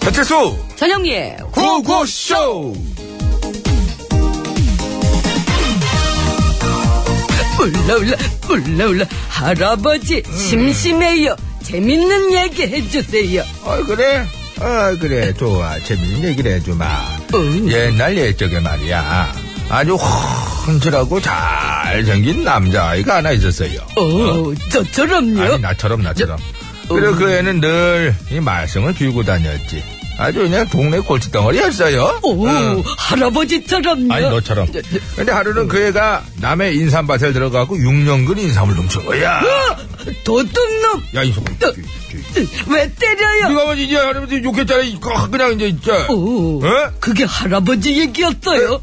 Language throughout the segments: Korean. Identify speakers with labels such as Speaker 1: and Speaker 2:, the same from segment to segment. Speaker 1: 배칠수
Speaker 2: 전영미의
Speaker 1: 구호구쇼
Speaker 2: 올라올라 올라올라 할아버지 심심해요 재밌는 얘기 해주세요
Speaker 1: 어 그래 어 그래 좋아 재밌는 얘기를 해주마
Speaker 2: 응.
Speaker 1: 옛날 옛적에 말이야 아주 훤칠하고 잘생긴 남자아이가 하나 있었어요
Speaker 2: 어 저처럼요
Speaker 1: 아니 나처럼 나처럼 그리고 그 애는 늘 이 말썽을 피우고 다녔지 아주 그냥 동네 골칫덩어리였어요 예,
Speaker 2: 오
Speaker 1: 응.
Speaker 2: 할아버지처럼요
Speaker 1: 아니 너처럼
Speaker 2: 저, 저,
Speaker 1: 근데 하루는 그 애가 남의 인삼밭에 들어가고 6년근 인삼을 훔친 거야
Speaker 2: 아, 도둑놈
Speaker 1: 야 인삼
Speaker 2: 어. 왜 때려요
Speaker 1: 네가 먼저 이제 할아버지 욕했잖아. 이거 그냥 이제 진짜.
Speaker 2: 오
Speaker 1: 어?
Speaker 2: 그게 할아버지 얘기였어요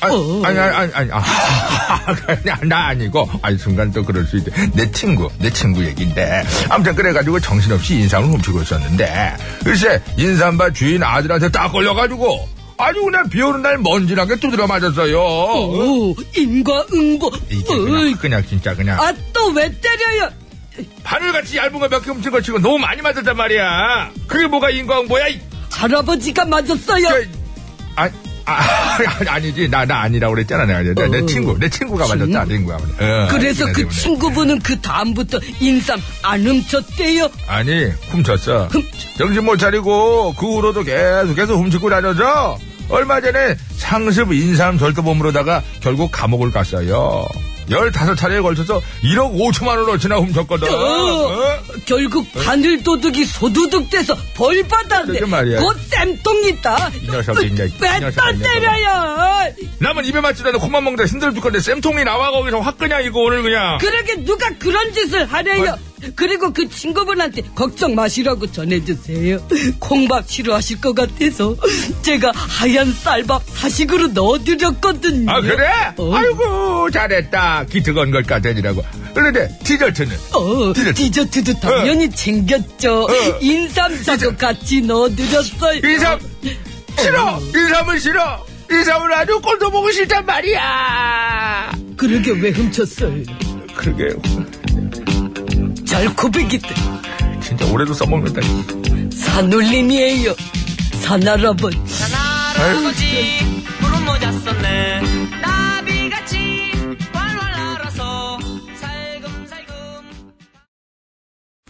Speaker 1: 아니,
Speaker 2: 어.
Speaker 1: 아니, 아니, 아니, 아니. 아, 그냥 나 아니고. 아니, 순간 또 그럴 수 있대. 내 친구, 내 친구 얘기인데. 아무튼 그래가지고 정신없이 인삼을 훔치고 있었는데. 글쎄, 인삼바 주인 아들한테 딱 걸려가지고. 아주 그냥 비 오는 날 먼지나게 두드려 맞았어요.
Speaker 2: 오 인과응보
Speaker 1: 이게 그냥, 그냥 진짜 그냥.
Speaker 2: 아 또 왜 때려요
Speaker 1: 바늘같이 얇은 거 몇 개 훔친 거 치고 너무 많이 맞았단 말이야. 그게 뭐가 인과응보야, 이
Speaker 2: 할아버지가 맞았어요
Speaker 1: 저, 아, 아, 아니지. 나, 나 아니라고 그랬잖아. 내가. 내, 내
Speaker 2: 어.
Speaker 1: 친구, 내 친구가 맞았다. 내 친구가 맞았다. 어,
Speaker 2: 그래서
Speaker 1: 아니구나,
Speaker 2: 그
Speaker 1: 아니구나.
Speaker 2: 친구분은 그 다음부터 인삼 안 훔쳤대요
Speaker 1: 아니, 훔쳤어.
Speaker 2: 훔쳤-
Speaker 1: 정신 못 차리고, 그 후로도 계속해서 훔치고 다녀서, 얼마 전에 상습 인삼 절도범으로다가 결국 감옥을 갔어요. 15차례에 걸쳐서 1억 5천만 원어치나 훔쳤거든. 어?
Speaker 2: 결국 바늘도둑이 소두둑 돼서 벌 받았네.
Speaker 1: 그러게 말이야.
Speaker 2: 곧 쌤통이다.
Speaker 1: 이 녀석이 이제 이
Speaker 2: 왜또
Speaker 1: 녀석이 이제
Speaker 2: 때려요?
Speaker 1: 남은 입에 맞지도 않고 콧만 먹는다 힘들 죽겠는데 쌤통이 나와 거기서 확 그냥 이거 오늘 그냥.
Speaker 2: 그러게 누가 그런 짓을 하래요? 그리고 그 친구분한테 걱정 마시라고 전해주세요. 콩밥 싫어하실 것 같아서 제가 하얀 쌀밥 사식으로 넣어드렸거든요.
Speaker 1: 아 그래?
Speaker 2: 어.
Speaker 1: 아이고 잘했다 기특한 걸 까대니라고 그런데 디저트는
Speaker 2: 어,
Speaker 1: 디저트.
Speaker 2: 디저트도 당연히 챙겼죠.
Speaker 1: 어.
Speaker 2: 인삼차도 같이 넣어드렸어요.
Speaker 1: 인삼 싫어 인삼은 싫어 인삼은 아주 꼴도 보고 싫단 말이야
Speaker 2: 그러게 왜 훔쳤어요?
Speaker 1: 그러게
Speaker 2: 잘 고백이다.
Speaker 1: 진짜 올해도 써먹는다
Speaker 2: 산울림이에요. 산할아버지.
Speaker 3: 할아버지 구름 모자 썼네 나비같이 활활 날아서 살금살금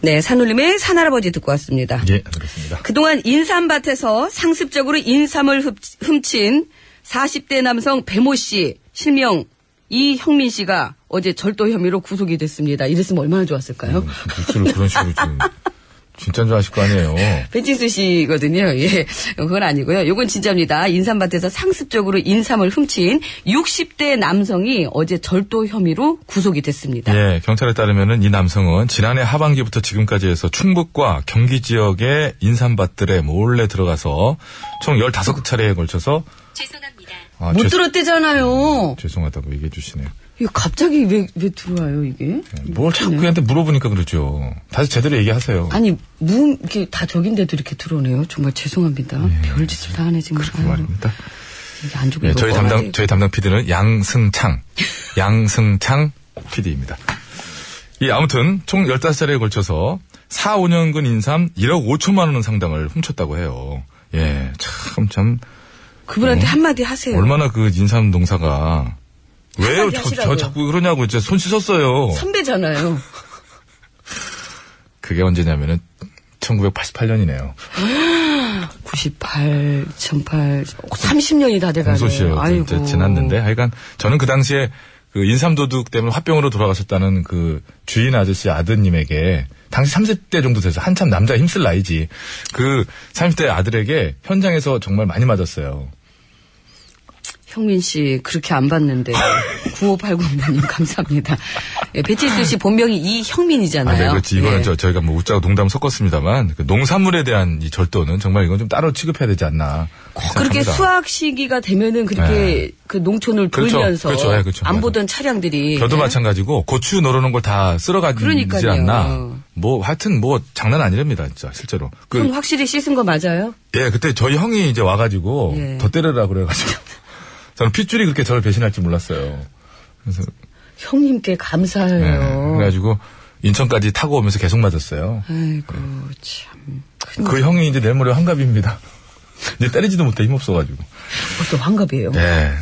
Speaker 4: 네, 산울림의 산할아버지 듣고 왔습니다.
Speaker 1: 예 그렇습니다
Speaker 4: 그동안 인삼밭에서 상습적으로 인삼을 흡- 훔친 40대 남성 배모 씨, 실명 이형민 씨가 어제 절도 혐의로 구속이 됐습니다. 이랬으면 얼마나 좋았을까요?
Speaker 1: 뉴스를 그런 식으로 좀 진짜인 줄 아실 거 아니에요
Speaker 4: 배진수 씨거든요. 예. 그건 아니고요. 요건 진짜입니다. 인삼밭에서 상습적으로 인삼을 훔친 60대 남성이 어제 절도 혐의로 구속이 됐습니다.
Speaker 5: 예, 경찰에 따르면은 이 남성은 지난해 하반기부터 지금까지 해서 충북과 경기 지역의 인삼밭들에 몰래 들어가서 총 15차례에 걸쳐서 아,
Speaker 4: 못
Speaker 5: 죄-
Speaker 4: 들었대잖아요.
Speaker 5: 죄송하다고 얘기해 주시네요.
Speaker 4: 이거 갑자기 왜, 왜 들어와요, 이게? 네.
Speaker 5: 뭘 자꾸 얘한테 물어보니까 그러죠. 다시 제대로 얘기하세요.
Speaker 4: 아니 무 이렇게 다 적인데도 이렇게 들어오네요. 정말 죄송합니다. 별짓을 다 하네 지금. 아유,
Speaker 5: 예, 말입니다.
Speaker 4: 음. 이게 안 좋고
Speaker 5: 예,
Speaker 4: 이거
Speaker 5: 저희
Speaker 4: 어떡하지,
Speaker 5: 담당
Speaker 4: 이거.
Speaker 5: 저희 담당 PD는 양승창, 양승창 PD입니다. 이 아무튼 총 15차례에 걸쳐서 4, 5년근 인삼 1억 5천만 원 상당을 훔쳤다고 해요. 예, 참 참.
Speaker 4: 그분한테 한마디 하세요.
Speaker 5: 어. 얼마나 그 인삼 농사가 왜요?
Speaker 4: 한마디
Speaker 5: 저, 저
Speaker 4: 하시라고요.
Speaker 5: 자꾸 그러냐고 이제 손 씻었어요.
Speaker 4: 선배잖아요.
Speaker 5: 그게 언제냐면은 1988년이네요.
Speaker 4: 98, 2008, 30년이 다 돼가네요.
Speaker 5: 공소시효 이제 지났는데 하여간 저는 그 당시에 그 인삼 도둑 때문에 화병으로 돌아가셨다는 그 주인 아저씨 아드님에게 당시 30대 정도 돼서 한참 남자 힘쓸 나이지 그 30대 아들에게 현장에서 정말 많이 맞았어요.
Speaker 4: 형민 씨 그렇게 안 봤는데 9589님 감사합니다. 예, 배치수 씨 본명이 이형민이잖아요.
Speaker 5: 아, 네, 그렇지. 이거는
Speaker 4: 예.
Speaker 5: 저, 저희가 뭐 웃자고 농담 섞었습니다만 그 농산물에 대한 이 절도는 정말 이건 좀 따로 취급해야 되지 않나.
Speaker 4: 꼭 그렇게
Speaker 5: 생각합니다. 네.
Speaker 4: 수학 시기가 되면은 그렇게 그 농촌을
Speaker 5: 그렇죠.
Speaker 4: 돌면서
Speaker 5: 그렇죠. 예, 그렇죠.
Speaker 4: 안
Speaker 5: 맞아.
Speaker 4: 보던 차량들이
Speaker 5: 저도
Speaker 4: 예?
Speaker 5: 마찬가지고 고추 노르는 걸 다 쓸어가지
Speaker 4: 그러니까요.
Speaker 5: 않나. 뭐 하여튼 뭐 장난 아니랍니다 진짜 실제로.
Speaker 4: 형
Speaker 5: 그,
Speaker 4: 확실히 씻은 거 맞아요?
Speaker 5: 예 그때 저희 형이 이제 와가지고
Speaker 4: 예.
Speaker 5: 더 때려라 그래가지고 저는 핏줄이 그렇게 저를 배신할지 몰랐어요. 그래서
Speaker 4: 형님께
Speaker 5: 예,
Speaker 4: 감사해요.
Speaker 5: 네. 그래가지고 인천까지 타고 오면서 계속 맞았어요.
Speaker 4: 아이고 참.
Speaker 5: 그 형이 이제 내일 모레 환갑입니다. 이제 때리지도 못해 힘없어가지고.
Speaker 4: 벌써 환갑이에요.
Speaker 5: 네.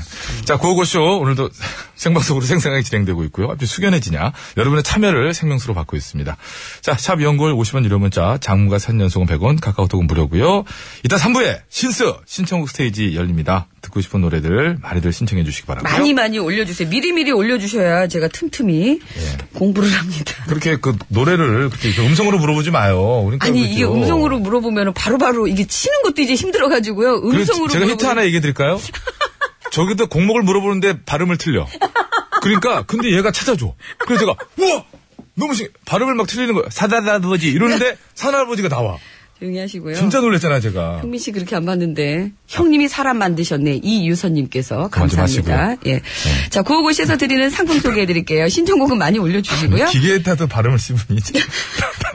Speaker 5: 자, 고고쇼. 오늘도 생방송으로 생생하게 진행되고 있고요. 앞뒤 숙연해지냐. 여러분의 참여를 생명수로 받고 있습니다. 자, 샵 연골 50원 유료 문자, 장무가 3년송은 100원, 카카오톡은 무료고요. 이따 3부에 신스 신청곡 스테이지 열립니다. 듣고 싶은 노래들 많이들 신청해 주시기 바랍니다.
Speaker 4: 많이 많이 올려주세요. 미리미리 올려주셔야 제가 틈틈이
Speaker 5: 예.
Speaker 4: 공부를 합니다.
Speaker 5: 그렇게 그 노래를 그렇게 그 음성으로 물어보지 마요. 그러니까
Speaker 4: 아니
Speaker 5: 그렇죠.
Speaker 4: 이게 음성으로 물어보면 바로바로 이게 치는 것도 이제 힘들어가지고요.
Speaker 5: 그리고
Speaker 4: 음성으로
Speaker 5: 제가 히트
Speaker 4: 물어보면-
Speaker 5: 하나 얘기해 드릴까요? 저기도 곡목을 물어보는데 발음을 틀려. 그러니까 근데 얘가 찾아줘. 그래서 제가 우와 너무 신 발음을 막 틀리는 거야. 사다다버지 이러는데 사나버지가 나와.
Speaker 4: 조용히 하시고요.
Speaker 5: 진짜 놀랬잖아 제가.
Speaker 4: 흥민 씨 그렇게 안 봤는데 형님이 사람 만드셨네 이유선님께서
Speaker 5: 그만 좀
Speaker 4: 감사합니다.
Speaker 5: 하시고요. 네.
Speaker 4: 예, 자 구호고시에서 드리는 상품 소개해드릴게요. 신청곡은 많이 올려주시고요.
Speaker 5: 아, 기계에 타도 발음을 씹으니 진짜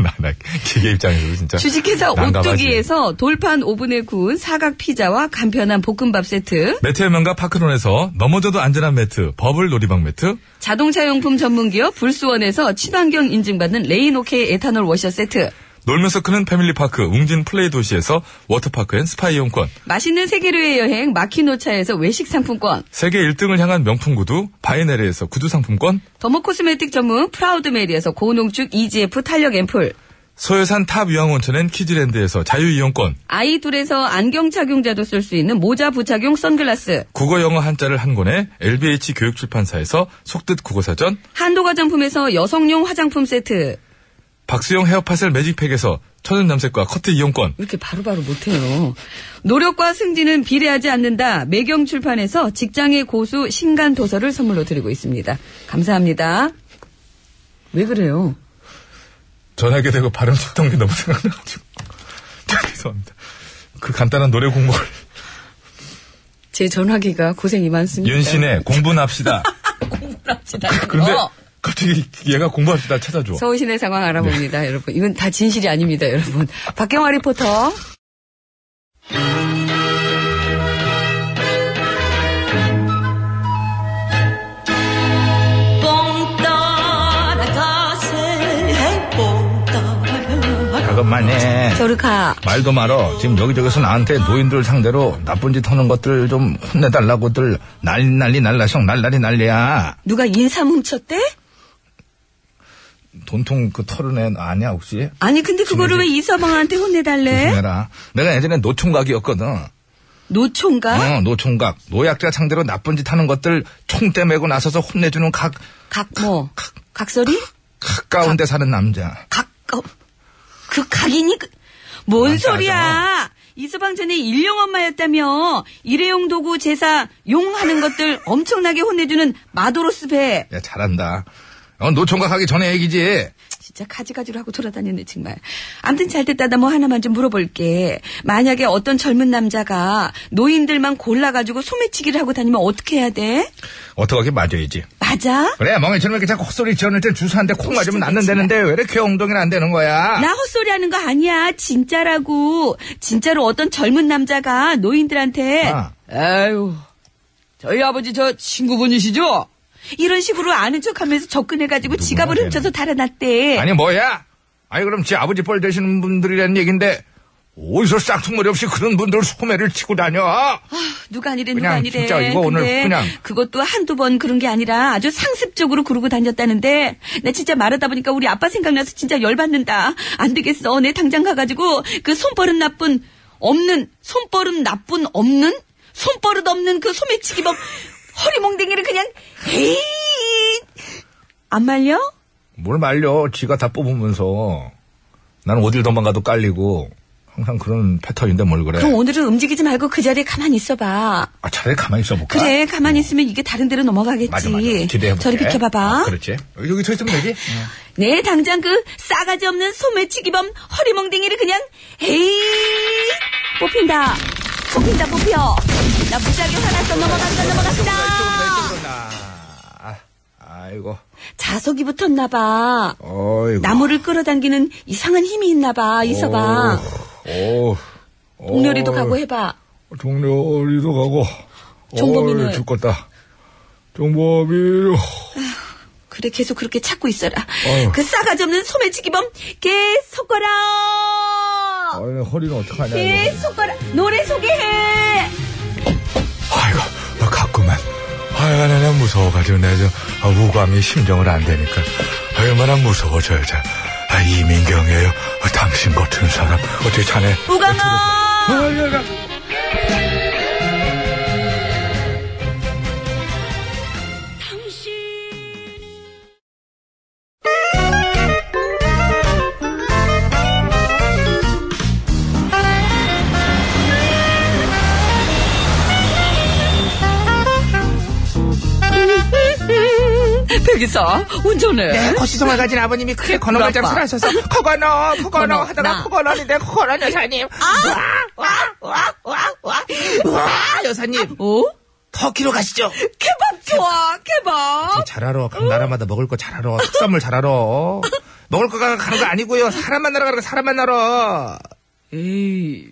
Speaker 5: 나, 나 기계 입장에서 진짜
Speaker 4: 주식회사
Speaker 5: 난감하지.
Speaker 4: 오뚜기에서 돌판 오븐에 구운 사각 피자와 간편한 볶음밥 세트,
Speaker 5: 매트의 명가 파크론에서 넘어져도 안전한 매트 버블 놀이방 매트
Speaker 4: 자동차 용품 전문기업 불수원에서 친환경 인증받는 레인오케이 에탄올 워셔 세트,
Speaker 5: 놀면서 크는 패밀리파크 웅진 플레이 도시에서 워터파크 앤 스파 이용권
Speaker 4: 맛있는 세계로의 여행 마키노차에서 외식 상품권,
Speaker 5: 세계 1등을 향한 명품 구두 바이네르에서 구두 상품권
Speaker 4: 더모코스메틱 전문 프라우드메리에서 고농축 EGF 탄력 앰플,
Speaker 5: 소요산 탑 유황온천엔 키즈랜드에서 자유이용권,
Speaker 4: 아이 둘에서 안경 착용자도 쓸 수 있는 모자 부착용 선글라스,
Speaker 5: 국어 영어 한자를 한 권에 LBH 교육출판사에서 속뜻 국어사전,
Speaker 4: 한도 화장품에서 여성용 화장품 세트.
Speaker 5: 박수영 헤어파셀 매직팩에서 천연염색과 커트 이용권,
Speaker 4: 이렇게 바로바로 못해요. 노력과 승진은 비례하지 않는다. 매경 출판에서 직장의 고수 신간 도서를 선물로 드리고 있습니다. 감사합니다. 왜 그래요?
Speaker 5: 전화하게 되고 발음 쳤던 게 너무 생각나가지고. 죄송합니다. 그 간단한 노래 공부를.
Speaker 4: 제 전화기가 고생이 많습니다.
Speaker 5: 윤신의 공부납시다. 그런데
Speaker 4: 어.
Speaker 5: 갑자기 얘가 공부합시다 찾아줘.
Speaker 4: 서울 시내 상황 알아봅니다, 여러분. 이건 다 진실이 아닙니다, 여러분. 박경화 리포터.
Speaker 3: 뽕 따라가세 뽕 따라가
Speaker 1: 그것만해.
Speaker 4: 조르카.
Speaker 1: 말도 말어. 지금 여기저기서 나한테 노인들 상대로 나쁜 짓 하는 것들 좀 혼내달라고들 난리 난리 날라성 날라리 난리야.
Speaker 4: 누가 인삼 훔쳤대?
Speaker 1: 돈통 그 털은 애 아냐 혹시?
Speaker 4: 아니, 근데 그거를 왜 이서방한테 혼내달래?
Speaker 1: 조심해라. 내가 예전에 노총각이었거든.
Speaker 4: 노총각?
Speaker 1: 어, 노총각. 노약자 상대로 나쁜 짓 하는 것들 총대 메고 나서서 혼내주는 각,
Speaker 4: 각모. 뭐? 각설이?
Speaker 1: 가까운 데 사는 남자.
Speaker 4: 각, 어, 그 각이니? 그- 뭔
Speaker 1: 맞아,
Speaker 4: 소리야! 이서방 전에 일용 엄마였다며 일회용 도구 제사 용하는 것들 엄청나게 혼내주는 마도로스 배
Speaker 1: 야, 잘한다. 어, 노총각 하기 전에 얘기지.
Speaker 4: 진짜 가지가지로 하고 돌아다녔네 정말 암튼 잘 됐다다 뭐 하나만 좀 물어볼게 만약에 어떤 젊은 남자가 노인들만 골라가지고 소매치기를 하고 다니면 어떻게 해야 돼?
Speaker 1: 어떻게 맞아야지.
Speaker 4: 맞아?
Speaker 1: 그래, 멍해처럼 이렇게 자꾸 헛소리 지어낼 땐 주사한데 콩 맞으면 낫는다는데 왜 이렇게 엉덩이는 안 되는 거야?
Speaker 4: 나 헛소리 하는 거 아니야. 진짜라고. 진짜로 어떤 젊은 남자가 노인들한테
Speaker 1: 아.
Speaker 4: 아유. 저희 아버지 저 친구분이시죠? 이런 식으로 아는 척하면서 접근해 가지고
Speaker 1: 누구야,
Speaker 4: 지갑을
Speaker 1: 걔는?
Speaker 4: 훔쳐서 달아났대.
Speaker 1: 아니, 뭐야? 아니, 그럼 지 아버지 뻘 되시는 분들이란 얘긴데, 어디서 싹퉁머리 없이 그런 분들 소매를 치고 다녀?
Speaker 4: 누가 아니래
Speaker 1: 그냥
Speaker 4: 누가 아니래.
Speaker 1: 진짜 이거 오늘
Speaker 4: 근데
Speaker 1: 그냥.
Speaker 4: 그것도 한두 번 그런 게 아니라 아주 상습적으로 그러고 다녔다는데 나 진짜 말하다 보니까 우리 아빠 생각나서 진짜 열받는다. 안 되겠어. 내 당장 가가지고 그 손버릇 나쁜 없는 손버릇 나쁜 없는 손버릇 없는 그 소매치기 법 허리몽댕이를 그냥 에이 안 말려?
Speaker 1: 뭘 말려. 지가 다 뽑으면서. 나는 어딜 도망가도 깔리고. 항상 그런 패턴인데 뭘 그래.
Speaker 4: 그럼 오늘은 움직이지 말고 그 자리에 가만히 있어봐.
Speaker 1: 아, 차라리 가만히 있어볼까?
Speaker 4: 그래 가만히 있으면 이게 다른 데로 넘어가겠지.
Speaker 1: 아, 맞아, 맞아. 기대해볼게.
Speaker 4: 저리 비켜봐봐. 음.
Speaker 1: 아, 그렇지. 여기 서 있으면 되지?
Speaker 4: 내 당장 그 싸가지 없는 소매치기범 허리멍댕이를 그냥 에이 뽑힌다 뽑힌다 뽑혀 나 무지하게 화났어 넘어갔다 넘어갔다
Speaker 1: 아, 아이고.
Speaker 4: 자석이 붙었나봐
Speaker 1: 어이구.
Speaker 4: 나무를 끌어당기는 이상한 힘이 있나봐 이서방
Speaker 1: 오.
Speaker 4: 공렬이도 가고 해봐
Speaker 1: 종료리도 가고.
Speaker 4: 종범이는?
Speaker 1: 어이, 죽겠다. 종범이로.
Speaker 4: 그래 계속 그렇게 찾고 있어라
Speaker 1: 어휴.
Speaker 4: 그 싸가지 없는 소매치기범 개 섞어라
Speaker 1: 아니,
Speaker 6: 그러면 허리는 어떡하냐. 이거.
Speaker 7: 예, 손가락 노래 소개해.
Speaker 5: 아이고, 너 갔구만. 아이고, 내가 무서워가지고, 내가 저, 아, 우감이 심정을 안 되니까. 얼마나 무서워, 저 여자. 아, 이민경이에요. 아, 당신 같은 사람. 어떻게 자네.
Speaker 7: 우감아.
Speaker 6: 아이고, 아이고.
Speaker 4: 백이사 운전해.
Speaker 1: 거시성을 가진 아버님이 크게 건어갈 줄
Speaker 4: 아빠.
Speaker 1: 살아셔서 커건어 커건어
Speaker 4: 건어,
Speaker 1: 하다가
Speaker 4: 나. 아.
Speaker 1: 커건어인데 커건어 여사님 와와와와와 여사님
Speaker 4: 어?
Speaker 1: 터키로 가시죠
Speaker 4: 케밥 좋아 케밥.
Speaker 1: 잘 알아 각 나라마다 먹을 거 잘 알아 특산물 잘 알아 먹을 거 가는 거 아니고요 사람 만나러 가는 거 사람 만나러
Speaker 4: 에이.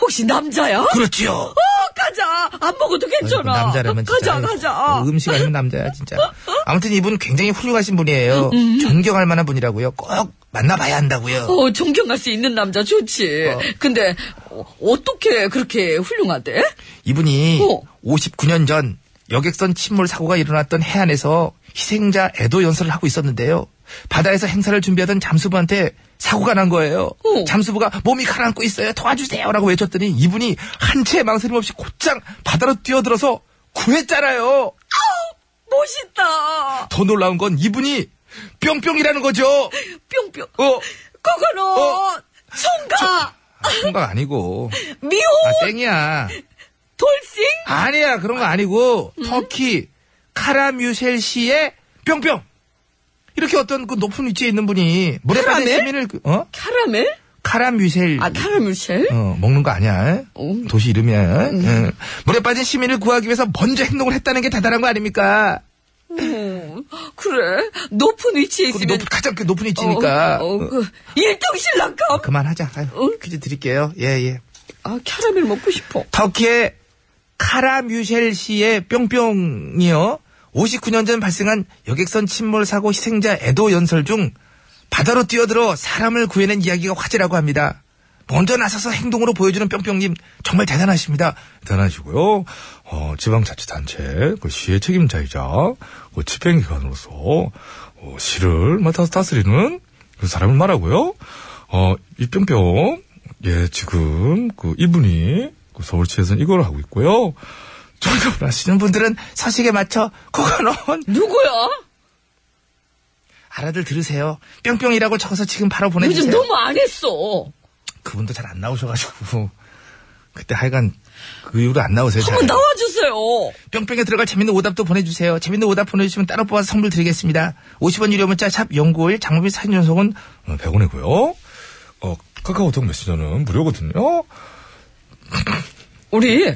Speaker 4: 혹시 남자야?
Speaker 1: 그렇지요
Speaker 4: 어, 가자. 안 먹어도 괜찮아.
Speaker 1: 그 남자라면 진짜 그
Speaker 4: 가자, 가자.
Speaker 1: 음식 아니면 남자야 진짜 아무튼 이분 굉장히 훌륭하신 분이에요 존경할 만한 분이라고요 꼭 만나봐야 한다고요
Speaker 4: 음, 어, 존경할 수 있는 남자 좋지. 근데 어, 떻게 그렇게 훌륭하대?
Speaker 1: 이분이
Speaker 4: 어.
Speaker 1: 59년 전 여객선 침몰 사고가 일어났던 해안에서 희생자 애도 연설을 하고 있었는데요. 바다에서 행사를 준비하던 잠수부한테 사고가 난 거예요.
Speaker 4: 어.
Speaker 1: 잠수부가 몸이 가라앉고 있어요. 도와주세요라고 외쳤더니 이분이 한치의 망설임 없이 곧장 바다로 뛰어들어서 구했잖아요.
Speaker 4: 멋있다.
Speaker 1: 더 놀라운 건 이분이 뿅뿅이라는 거죠.
Speaker 4: 뿅뿅.
Speaker 1: 어,
Speaker 4: 그거는
Speaker 1: 어.
Speaker 4: 총각
Speaker 1: 아, 그런 거 아니고.
Speaker 4: 미호
Speaker 1: 아, 땡이야.
Speaker 4: 돌싱
Speaker 1: 아니야 그런 거 아니고 터키 카라뮤셀 씨의 뿅뿅 이렇게 어떤 그 높은 위치에 있는 분이 물에 빠진
Speaker 4: 카라멜?
Speaker 1: 시민을 그- 어
Speaker 4: 카라멜?
Speaker 1: 카라뮤셀
Speaker 4: 아 카라멜쉘?
Speaker 1: 어, 먹는 거 아니야
Speaker 4: 음.
Speaker 1: 도시 이름이야 응. 물에 빠진 시민을 구하기 위해서 먼저 행동을 했다는 게 대단한 거 아닙니까
Speaker 4: 어, 그래 높은 위치에
Speaker 1: 그
Speaker 4: 있으면
Speaker 1: 높은 가장 그 높은 위치니까
Speaker 4: 네. 어, 어, 그 일등 신랑감.
Speaker 1: 그만하자 아유,
Speaker 4: 어?
Speaker 1: 퀴즈 드릴게요 예예
Speaker 4: 아 카라멜 먹고 싶어.
Speaker 1: 터키의 카라뮤셀 씨의 뿅뿅이요. 59년 전 발생한 여객선 침몰 사고 희생자 애도 연설 중 바다로 뛰어들어 사람을 구해낸 이야기가 화제라고 합니다. 먼저 나서서 행동으로 보여주는 뿅뿅님 정말 대단하십니다.
Speaker 5: 대단하시고요. 어, 지방자치단체, 그 시의 책임자이자, 그 집행기관으로서, 어, 시를 뭐 다- 다스리는 그 사람을 말하고요. 어, 이 뿅뿅, 예, 지금, 그 이분이, 그 서울시에서는 이걸 하고 있고요.
Speaker 1: 정답을 아시는 분들은 서식에 맞춰 그거는
Speaker 4: 누구야?
Speaker 1: 알아들 들으세요. 뿅뿅이라고 적어서 지금 바로 보내주세요.
Speaker 4: 요즘 너무 안 했어.
Speaker 1: 그분도 잘 안 나오셔가지고 그때 하여간 그 이후로 안 나오세요. 잘.
Speaker 4: 한번 나와주세요.
Speaker 1: 뿅뿅에 들어갈 재밌는 오답도 보내주세요. 재밌는 오답 보내주시면 따로 뽑아서 선물 드리겠습니다. 50원 유료 문자 샵 0951, 장모비 사진 전송은
Speaker 5: 어, 100원이고요. 어, 카카오톡 메시저는 무료거든요.
Speaker 4: 우리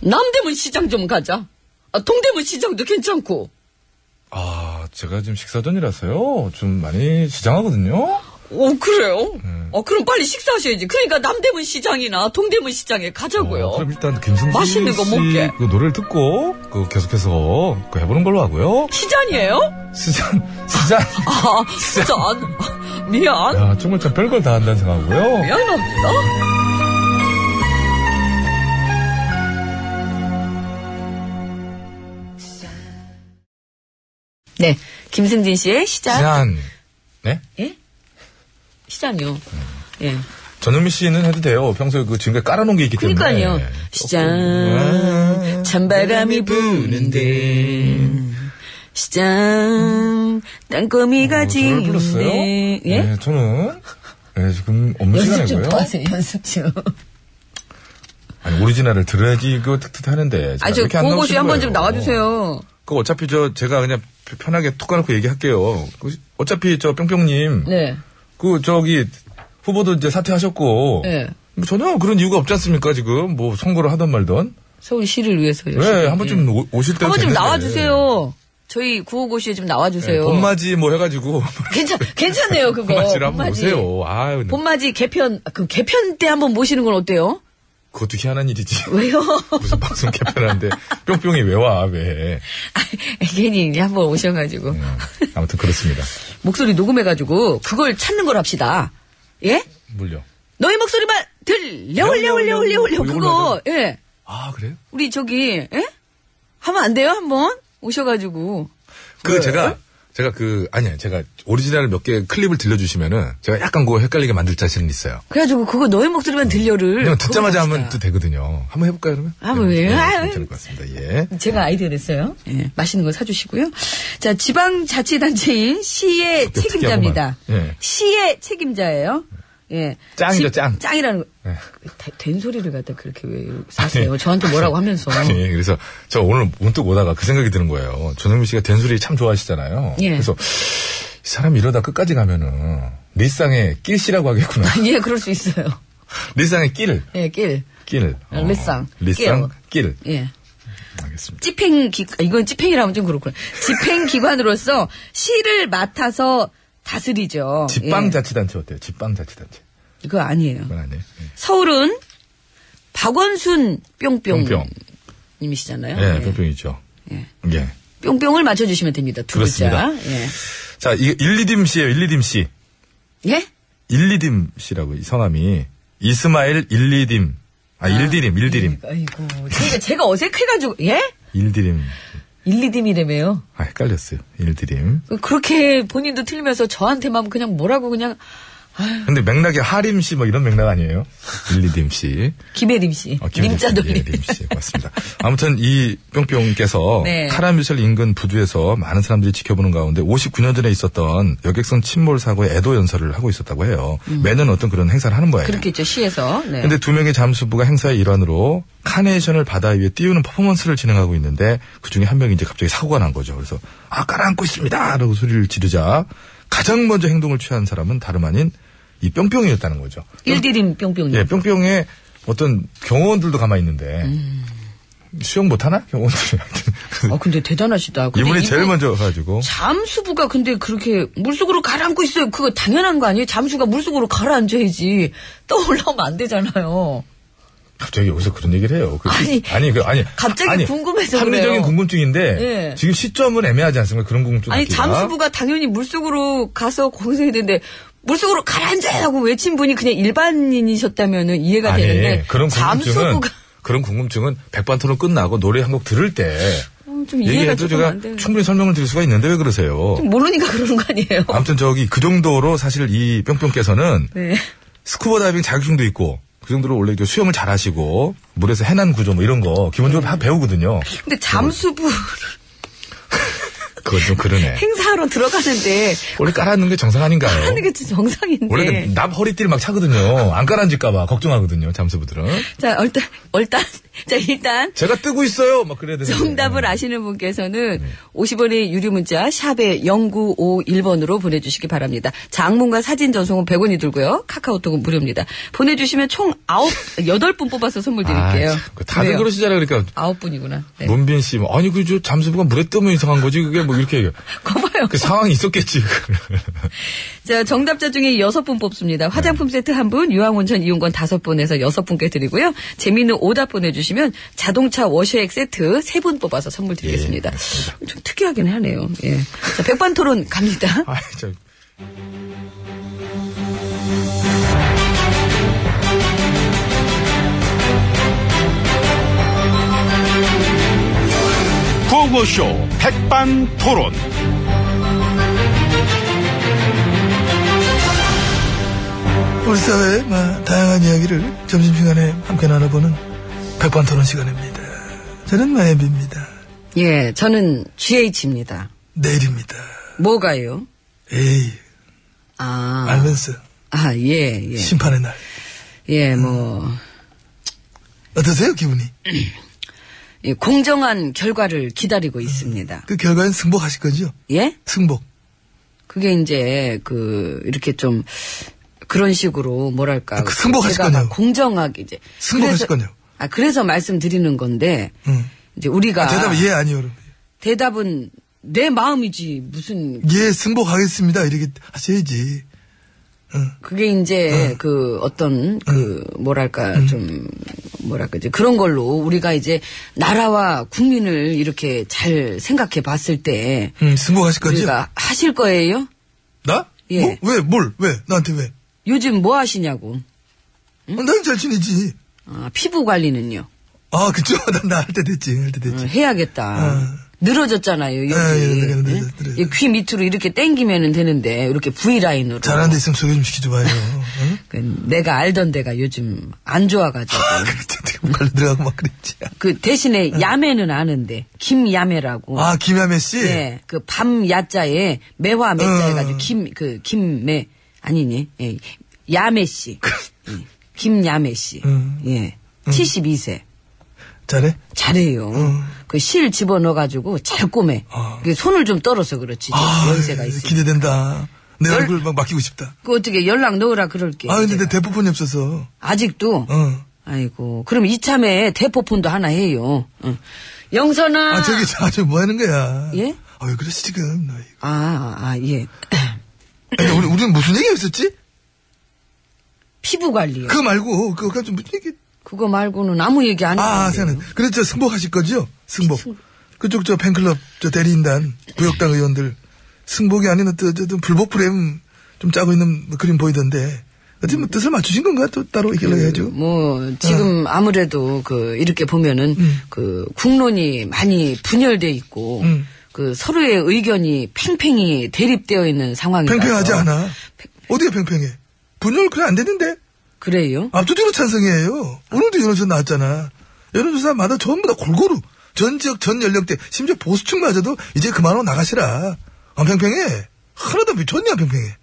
Speaker 4: 남대문 시장 좀 가자. 아, 동대문 시장도 괜찮고.
Speaker 5: 아, 제가 지금 식사 전이라서요. 좀 많이 시장하거든요.
Speaker 4: 오 그래요? 어 그럼 빨리 식사하셔야지. 그러니까 남대문 시장이나 동대문 시장에 가자고요.
Speaker 5: 어, 그럼 일단 김승수
Speaker 4: 맛있는 거
Speaker 5: 씨
Speaker 4: 먹게.
Speaker 5: 그 노래를 듣고 그 계속해서 그 해보는 걸로 하고요.
Speaker 4: 시장이에요?
Speaker 5: 수잔 수잔
Speaker 4: 아 진짜 안- 미안
Speaker 5: 야 정말 참 별걸 다 한다는 생각하고요.
Speaker 4: 미안합니다. 네, 김승진 씨의 시장.
Speaker 5: 수잔 네
Speaker 4: 예? 시장이요. 예.
Speaker 5: 전현미 씨는 해도 돼요. 평소에 그 지금까지 깔아놓은 게 있기
Speaker 4: 그러니까요.
Speaker 5: 때문에.
Speaker 4: 시장, 네. 음. 찬바람이 부는데, 시장, 땅거미가
Speaker 5: 저를 불렀어요.
Speaker 4: 지는데, 예?
Speaker 5: 네, 저는 예, 지금 업무 시간이고요.
Speaker 4: 연습 좀.
Speaker 5: 아니 오리지널을 들어야지 그거 특특 하는데.
Speaker 4: 아, 저, 고고씨 한번 좀 나와주세요.
Speaker 5: 그 어차피 저 제가 그냥 편하게 툭 까놓고 얘기할게요. 그 어차피 저 뿅뿅님
Speaker 4: 네.
Speaker 5: 그 저기 후보도 이제 사퇴하셨고
Speaker 4: 예.
Speaker 5: 뭐 전혀 그런 이유가 없지 않습니까 지금 뭐 선거를 하던 말던
Speaker 4: 서울시를 위해서 열심히. 음.
Speaker 5: 왜 네, 한번쯤 네. 오실 때
Speaker 4: 한번 좀 나와주세요. 저희 구호고시에 좀 나와주세요.
Speaker 5: 봄맞이 뭐 해가지고
Speaker 4: 괜찮, 괜찮네요, 그거.
Speaker 5: 봄맞이를 한번
Speaker 4: 봄맞이.
Speaker 5: 오세요. 아유 근데
Speaker 4: 봄맞이 개편, 아, 그 개편 때 한번 모시는 건 어때요?
Speaker 5: 그것도 희한한 일이지.
Speaker 4: 왜요? 아,
Speaker 5: 무슨 방송 개편하는데 뿅뿅이 왜 와 왜?
Speaker 4: 괜히 한번 오셔가지고.
Speaker 5: 음, 아무튼 그렇습니다.
Speaker 4: 목소리 녹음해가지고 그걸 찾는 걸 합시다. 예?
Speaker 5: 물려.
Speaker 4: 너의 목소리만 들려 올려 올려 올려 올려 그거 예
Speaker 5: 아 그래요?
Speaker 4: 우리 저기 예 하면 안 돼요 한번 오셔가지고
Speaker 5: 그 제가 제가 그 아니요 제가 오리지널 몇 개 클립을 들려주시면은 제가 약간 그거 헷갈리게 만들 자신은 있어요.
Speaker 4: 그래가지고 그거 너의 목소리만 들려를
Speaker 5: 그냥 듣자마자
Speaker 4: 그거
Speaker 5: 하면 또 되거든요. 한번 해볼까요 그러면?
Speaker 4: 아, 뭐, 예.
Speaker 5: 네,
Speaker 4: 아유.
Speaker 5: 괜찮을 것 같습니다. 예.
Speaker 4: 제가 아이디어 냈어요. 예, 맛있는 거 사주시고요. 자, 지방자치단체인 시의 책임자입니다.
Speaker 5: 특이하구만. 예.
Speaker 4: 시의 책임자예요. 예.
Speaker 5: 짱이죠,
Speaker 4: 시-
Speaker 5: 짱.
Speaker 4: 짱이라는 거.
Speaker 5: 예.
Speaker 4: 다- 된 소리를 갖다 그렇게 왜 사세요? 저한테 뭐라고 하면서.
Speaker 5: 예, 그래서 저 오늘 문득 오다가 그 생각이 드는 거예요. 전현미 씨가 된소리 참 좋아하시잖아요.
Speaker 4: 예.
Speaker 5: 그래서 이 사람이 이러다 끝까지 가면은 리쌍의 낄씨라고 하겠구나.
Speaker 4: 예, 그럴 수 있어요.
Speaker 5: 리쌍의 낄.
Speaker 4: 예, 낄.
Speaker 5: 낄.
Speaker 4: 어, 리쌍.
Speaker 5: 아, 리쌍. 낄.
Speaker 4: 예.
Speaker 5: 알겠습니다.
Speaker 4: 집행 기 아, 이건 집행이라면 좀 그렇구나. 집행 기관으로서 시를 맡아서 다스리죠.
Speaker 5: 예. 집방자치단체 어때요? 집방자치단체.
Speaker 4: 예. 그거 아니에요.
Speaker 5: 그건 아니에요. 예.
Speaker 4: 서울은 박원순 뿅뿅
Speaker 5: 뿅뿅.
Speaker 4: 님이시잖아요.
Speaker 5: 예,
Speaker 4: 예.
Speaker 5: 뿅뿅이죠. 예.
Speaker 4: 뿅뿅을 맞춰주시면 됩니다. 두
Speaker 5: 그렇습니다.
Speaker 4: 글자. 예.
Speaker 5: 자, 이 일리딤 씨예요. 일리딤 씨.
Speaker 4: 예?
Speaker 5: 일리딤 씨라고 이 성함이 이스마일 일리딤. 아, 일디림,
Speaker 4: 네.
Speaker 5: 일디림.
Speaker 4: 아이고. 제가, 제가 어색해가지고, 예?
Speaker 5: 일디림.
Speaker 4: 1, 2딤이래매요.
Speaker 5: 아, 헷갈렸어요. 일디림.
Speaker 4: 그렇게 본인도 틀리면서 저한테만 그냥 뭐라고 그냥, 아유,
Speaker 5: 근데 맥락이 하림 씨 뭐 이런 맥락 아니에요? 일리딤 씨.
Speaker 4: 김혜림 씨.
Speaker 5: 아, 김혜림
Speaker 4: 님자
Speaker 5: 씨. 예,
Speaker 4: 돌림.
Speaker 5: 림 씨. 맞습니다. 아무튼 이 뿅뿅께서
Speaker 4: 네.
Speaker 5: 카라뮤셀 인근 부두에서 많은 사람들이 지켜보는 가운데 59년 전에 있었던 여객선 침몰 사고의 애도 연설을 하고 있었다고 해요.
Speaker 4: 음.
Speaker 5: 매년 어떤 그런 행사를 하는 모양이에요.
Speaker 4: 그렇겠죠, 시에서. 네.
Speaker 5: 근데 두 명의 잠수부가 행사의 일환으로 카네이션을 바다 위에 띄우는 퍼포먼스를 진행하고 있는데 그 중에 한 명이 이제 갑자기 사고가 난 거죠. 그래서 아 가라앉고 있습니다. 라고 소리를 지르자 가장 먼저 행동을 취한 사람은 다름 아닌 이 뿅뿅이었다는 거죠.
Speaker 4: 1, 2딤 뿅뿅.
Speaker 5: 예, 뿅뿅에 어떤 경호원들도 가만히 있는데 수영 못하나? 경호원들이 하여튼
Speaker 4: 아, 근데 대단하시다. 근데
Speaker 5: 이분이 제일
Speaker 4: 이분
Speaker 5: 먼저 가지고
Speaker 4: 잠수부가 근데 그렇게 물속으로 가라앉고 있어요. 그거 당연한 거 아니에요? 잠수가 물속으로 가라앉아야지. 떠올라오면 안 되잖아요.
Speaker 5: 갑자기 여기서 그런 얘기를 해요. 그-
Speaker 4: 아니,
Speaker 5: 아니, 그, 아니.
Speaker 4: 갑자기 궁금해서
Speaker 5: 합리적인
Speaker 4: 그래요.
Speaker 5: 궁금증인데
Speaker 4: 예.
Speaker 5: 지금 시점은 애매하지 않습니까? 그런 궁금증.
Speaker 4: 아니
Speaker 5: 갖기가.
Speaker 4: 잠수부가 당연히 물속으로 가서 거기서 해야 되는데 물속으로 가라앉아라고 외친 분이 그냥 일반인이셨다면 이해가
Speaker 5: 아니, 네.
Speaker 4: 되는데
Speaker 5: 그런 궁금증은
Speaker 4: 잠수부가
Speaker 5: 그런 궁금증은 백반토론 끝나고 노래 한 곡 들을 때
Speaker 4: 음, 좀 이해가
Speaker 5: 얘기해도
Speaker 4: 조금
Speaker 5: 제가
Speaker 4: 안 되는
Speaker 5: 충분히 설명을 드릴 수가 있는데 왜 그러세요?
Speaker 4: 모르니까 그러는 거 아니에요?
Speaker 5: 아무튼 저기 그 정도로 사실 이 뿅뿅께서는
Speaker 4: 네.
Speaker 5: 스쿠버 다이빙 자격증도 있고 그 정도로 원래 이제 수영을 잘하시고 물에서 해난 구조 뭐 이런 거 기본적으로 다 배우거든요.
Speaker 4: 근데
Speaker 5: 어.
Speaker 4: 잠수부
Speaker 5: 그건 좀 그러네.
Speaker 4: 행사하러 들어가는데
Speaker 5: 원래 깔아놓는 게 정상 아닌가요?
Speaker 4: 하는 게 진짜 정상인데.
Speaker 5: 어? 원래 그 납 허리띠를 막 차거든요. 안 깔아앉을까봐 걱정하거든요. 잠수부들은.
Speaker 4: 자 일단 일단 자 일단
Speaker 5: 제가 뜨고 있어요. 막 그래야 되는데.
Speaker 4: 정답을 아시는 분께서는
Speaker 5: 네.
Speaker 4: 50원의 유료 문자 샵에 0951번으로 보내주시기 바랍니다. 장문과 사진 전송은 100원이 들고요. 카카오톡은 무료입니다. 보내주시면 총 9, 8분 뽑아서 선물 드릴게요.
Speaker 5: 아, 참. 그 다들
Speaker 4: 왜요?
Speaker 5: 그러시잖아요. 그러니까
Speaker 4: 9분이구나. 네.
Speaker 5: 문빈 씨, 뭐, 아니 그 저 잠수부가 물에 뜨면 이상한 거지. 그게 뭐 이렇게 얘기해요.
Speaker 4: 거 봐요.
Speaker 5: 그 상황이 있었겠지.
Speaker 4: 자, 정답자 중에 여섯 분 뽑습니다. 화장품 세트 한 분, 유황온천 이용권 다섯 분에서 여섯 분께 드리고요. 재미있는 오답 보내주시면 자동차 워셔액 세트 세 분 뽑아서 선물
Speaker 5: 예,
Speaker 4: 드리겠습니다. 좀 특이하긴 하네요. 예. 자, 백반토론 갑니다.
Speaker 5: 아, 저
Speaker 8: 구호쇼 백반 토론.
Speaker 9: 우리 사회의 마, 다양한 이야기를 점심시간에 함께 나눠보는 백반토론 시간입니다. 저는 마예비입니다.
Speaker 4: 예, 저는 GH입니다.
Speaker 9: 내일입니다.
Speaker 4: 뭐가요?
Speaker 9: 에이,
Speaker 4: 아,
Speaker 9: 알면서
Speaker 4: 아, 예, 예.
Speaker 9: 그 심판의 날.
Speaker 4: 예, 뭐,
Speaker 9: 어떠세요, 기분이?
Speaker 4: 이 예, 공정한 결과를 기다리고 있습니다.
Speaker 9: 그 결과엔 승복하실 거죠?
Speaker 4: 예?
Speaker 9: 승복.
Speaker 4: 그게 이제, 그, 이렇게 좀, 그런 식으로, 뭐랄까.
Speaker 9: 아, 그 승복하실
Speaker 4: 제가 막
Speaker 9: 거냐고.
Speaker 4: 공정하게 이제. 그래서-
Speaker 9: 승복하실 거냐고.
Speaker 4: 아, 그래서 말씀드리는 건데,
Speaker 9: 응.
Speaker 4: 이제 우리가.
Speaker 9: 대답은 예, 아니요.
Speaker 4: 대답은 내 마음이지, 무슨
Speaker 9: 예, 승복하겠습니다. 이렇게 하셔야지.
Speaker 4: 그게 이제
Speaker 9: 네.
Speaker 4: 그 어떤 그 뭐랄까
Speaker 9: 음.
Speaker 4: 좀 뭐랄까 이제 그런 걸로 우리가 이제 나라와 국민을 이렇게 잘 생각해 봤을 때
Speaker 9: 응, 음, 승복하실 거죠?
Speaker 4: 우리가 하실 거예요?
Speaker 9: 나?
Speaker 4: 그러니까. 예.
Speaker 9: 뭐? 왜? 뭘? 왜? 나한테 왜?
Speaker 4: 요즘 뭐 하시냐고.
Speaker 9: 난 잘 지내지.
Speaker 4: 아, 피부 관리는요?
Speaker 9: 아, 그쵸. 난나할때 됐지. 할 때
Speaker 4: 어,
Speaker 9: 됐지.
Speaker 4: 해야겠다.
Speaker 9: 어.
Speaker 4: 늘어졌잖아요, 여기.
Speaker 9: 아, 예, 늘어져, 늘어져, 늘어져.
Speaker 4: 예, 귀 밑으로 이렇게 당기면 되는데, 이렇게 V라인으로.
Speaker 9: 잘하는 데 있으면 소개 좀 시켜줘봐요. 응?
Speaker 4: 그 내가 알던 데가 요즘 안 좋아가지고.
Speaker 9: 그랬지. 어떻게 갈로 들어가고 막 그랬지.
Speaker 4: 그 대신에 야매는 아는데, 김야매라고.
Speaker 9: 네. 아, 김야매 씨?
Speaker 4: 예, 그 밤야자에 매화 매자
Speaker 9: 어.
Speaker 4: 해가지고 김 그 김매 아니니 예, 야매 씨, 예, 김야매 씨,
Speaker 9: 그 음. 어.
Speaker 4: 예, 72세
Speaker 9: 잘해?
Speaker 4: 잘해요. 그 실 집어넣어가지고 잘 꼬매. 그 손을 좀 떨어서 그렇지. 좀
Speaker 9: 아,
Speaker 4: 연세가 있어.
Speaker 9: 기대된다. 내
Speaker 4: 열-
Speaker 9: 얼굴 막 맡기고 싶다.
Speaker 4: 그 어떻게 연락 넣으라 그럴게.
Speaker 9: 아, 근데
Speaker 4: 제가.
Speaker 9: 내 대포폰이 없어서.
Speaker 4: 아직도.
Speaker 9: 어.
Speaker 4: 아이고, 그럼 이참에 대포폰도 하나 해요. 응. 영선아.
Speaker 9: 아, 저기, 저, 저, 뭐 하는 거야?
Speaker 4: 예?
Speaker 9: 아, 왜 그러지, 지금? 나 이거.
Speaker 4: 아, 아, 예.
Speaker 9: 근데 우리, 우리는 무슨 얘기 했었지?
Speaker 4: 피부 관리요.
Speaker 9: 그거 말고, 그거 좀 무슨 얘기.
Speaker 4: 그거 말고는 아무 얘기 안 해요.
Speaker 9: 아, 생각나. 그래, 저 승복하실 거죠? 승복. 그쪽 저 팬클럽, 저 대리인단, 부역당 의원들. 승복이 아닌 어떤, 어떤 불복 프레임 좀 짜고 있는 뭐 그림 보이던데. 어찌 뭐 뜻을 맞추신 건가? 또 따로 얘기를
Speaker 4: 그
Speaker 9: 해야죠.
Speaker 4: 뭐
Speaker 9: 어.
Speaker 4: 지금 아무래도 그 이렇게 보면은 그 국론이 많이 분열돼 있고
Speaker 9: 음.
Speaker 4: 그 서로의 의견이 팽팽히 대립되어 있는 상황이라서
Speaker 9: 팽팽하지 않아. 어디가 팽팽해? 분열 그래 안 되는데?
Speaker 4: 그래요?
Speaker 9: 압도적으로 찬성이에요. 오늘도 여론조사 나왔잖아. 여론조사마다 전부 다 골고루 전 지역 전 연령대 심지어 보수층마저도 이제 그만하고 나가시라. 안 팽팽해. 하나도 안 전혀 안 팽팽해.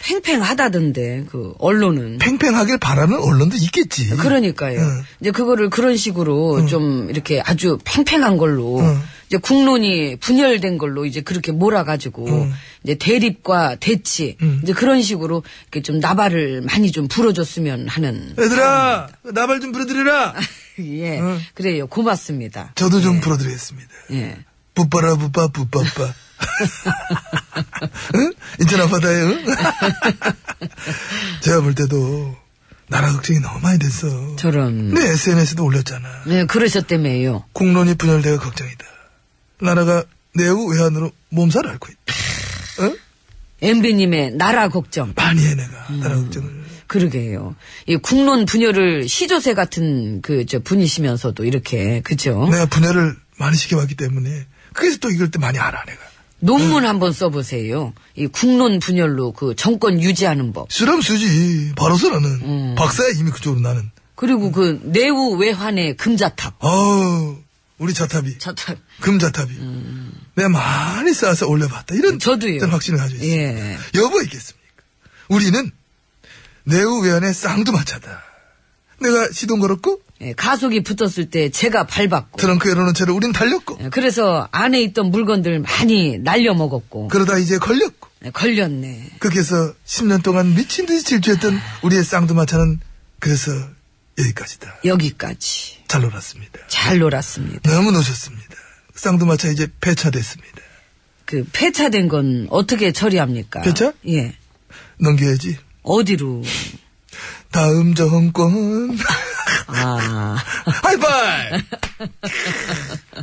Speaker 4: 팽팽하다던데 그 언론은
Speaker 9: 팽팽하길 음. 바라는 언론도 있겠지.
Speaker 4: 그러니까요.
Speaker 9: 응.
Speaker 4: 이제 그거를 그런 식으로
Speaker 9: 음.
Speaker 4: 좀 이렇게 아주 팽팽한 걸로
Speaker 9: 응.
Speaker 4: 이제 국론이 분열된 걸로 이제 그렇게 몰아가지고
Speaker 9: 음.
Speaker 4: 이제 대립과 대치 이제 그런 식으로 이렇게 좀 나발을 많이 좀 불어줬으면 하는
Speaker 9: 얘들아
Speaker 4: 음.
Speaker 9: 나발 좀 불어드려라.
Speaker 4: 예
Speaker 9: 응.
Speaker 4: 그래요 고맙습니다.
Speaker 9: 저도 좀 불어드리겠습니다.
Speaker 4: 예.
Speaker 9: 뿌빠라 뿌빠 뿌빠빠. 응? 인천 앞바다에 응? 제가 볼 때도 나라 걱정이 너무 많이 됐어. 네,
Speaker 4: 저런.
Speaker 9: 내 SNS도 올렸잖아.
Speaker 4: 네, 그러셨다며요.
Speaker 9: 국론이 분열되어 걱정이다. 나라가 내후 외환으로 몸살을 앓고 있다. 어?
Speaker 4: 엠비님의 나라 걱정.
Speaker 9: 많이 해 내가 나라
Speaker 4: 음.
Speaker 9: 걱정을.
Speaker 4: 그러게요. 이 국론 분열을 시조새 같은 그 저 분이시면서도 이렇게 그죠?
Speaker 9: 내가 분열을 많이 시켜왔기 때문에 그래서 또 이걸 때 많이 알아 내가.
Speaker 4: 논문
Speaker 9: 음.
Speaker 4: 한번 써보세요. 이 국론 분열로 그 정권 유지하는 법.
Speaker 9: 쓰람 쓰지. 바로서 나는
Speaker 4: 음.
Speaker 9: 박사야 이미 그쪽으로 나는.
Speaker 4: 그리고 그 내후 외환의 금자탑.
Speaker 9: 어우 우리 자탑이
Speaker 4: 자탑. 음.
Speaker 9: 금자탑이 내가 많이 쌓아서 올려봤다 이런
Speaker 4: 저도요.
Speaker 9: 저는 확신을 가지고 있습니다.
Speaker 4: 예.
Speaker 9: 여보 있겠습니까? 우리는 내후 외환의 쌍두 마차다. 내가 시동 걸었고
Speaker 4: 예, 가속이 붙었을 때 제가 밟았고.
Speaker 9: 트렁크에 넣어놓은 채로 우린 달렸고
Speaker 4: 예, 그래서 안에 있던 물건들 많이 날려 먹었고.
Speaker 9: 그러다 이제 걸렸고
Speaker 4: 예, 걸렸네.
Speaker 9: 그렇게 해서 10년 동안 미친 듯이 질주했던 우리의 쌍두마차는 그래서 여기까지다.
Speaker 4: 여기까지.
Speaker 9: 잘 놀았습니다.
Speaker 4: 잘 놀았습니다.
Speaker 9: 너무 노셨습니다. 쌍두마차 이제 폐차됐습니다.
Speaker 4: 그 폐차된 건 어떻게 처리합니까?
Speaker 9: 폐차?
Speaker 4: 예.
Speaker 9: 넘겨야지.
Speaker 4: 어디로?
Speaker 9: 다음 정권
Speaker 4: 아.
Speaker 9: 하이파이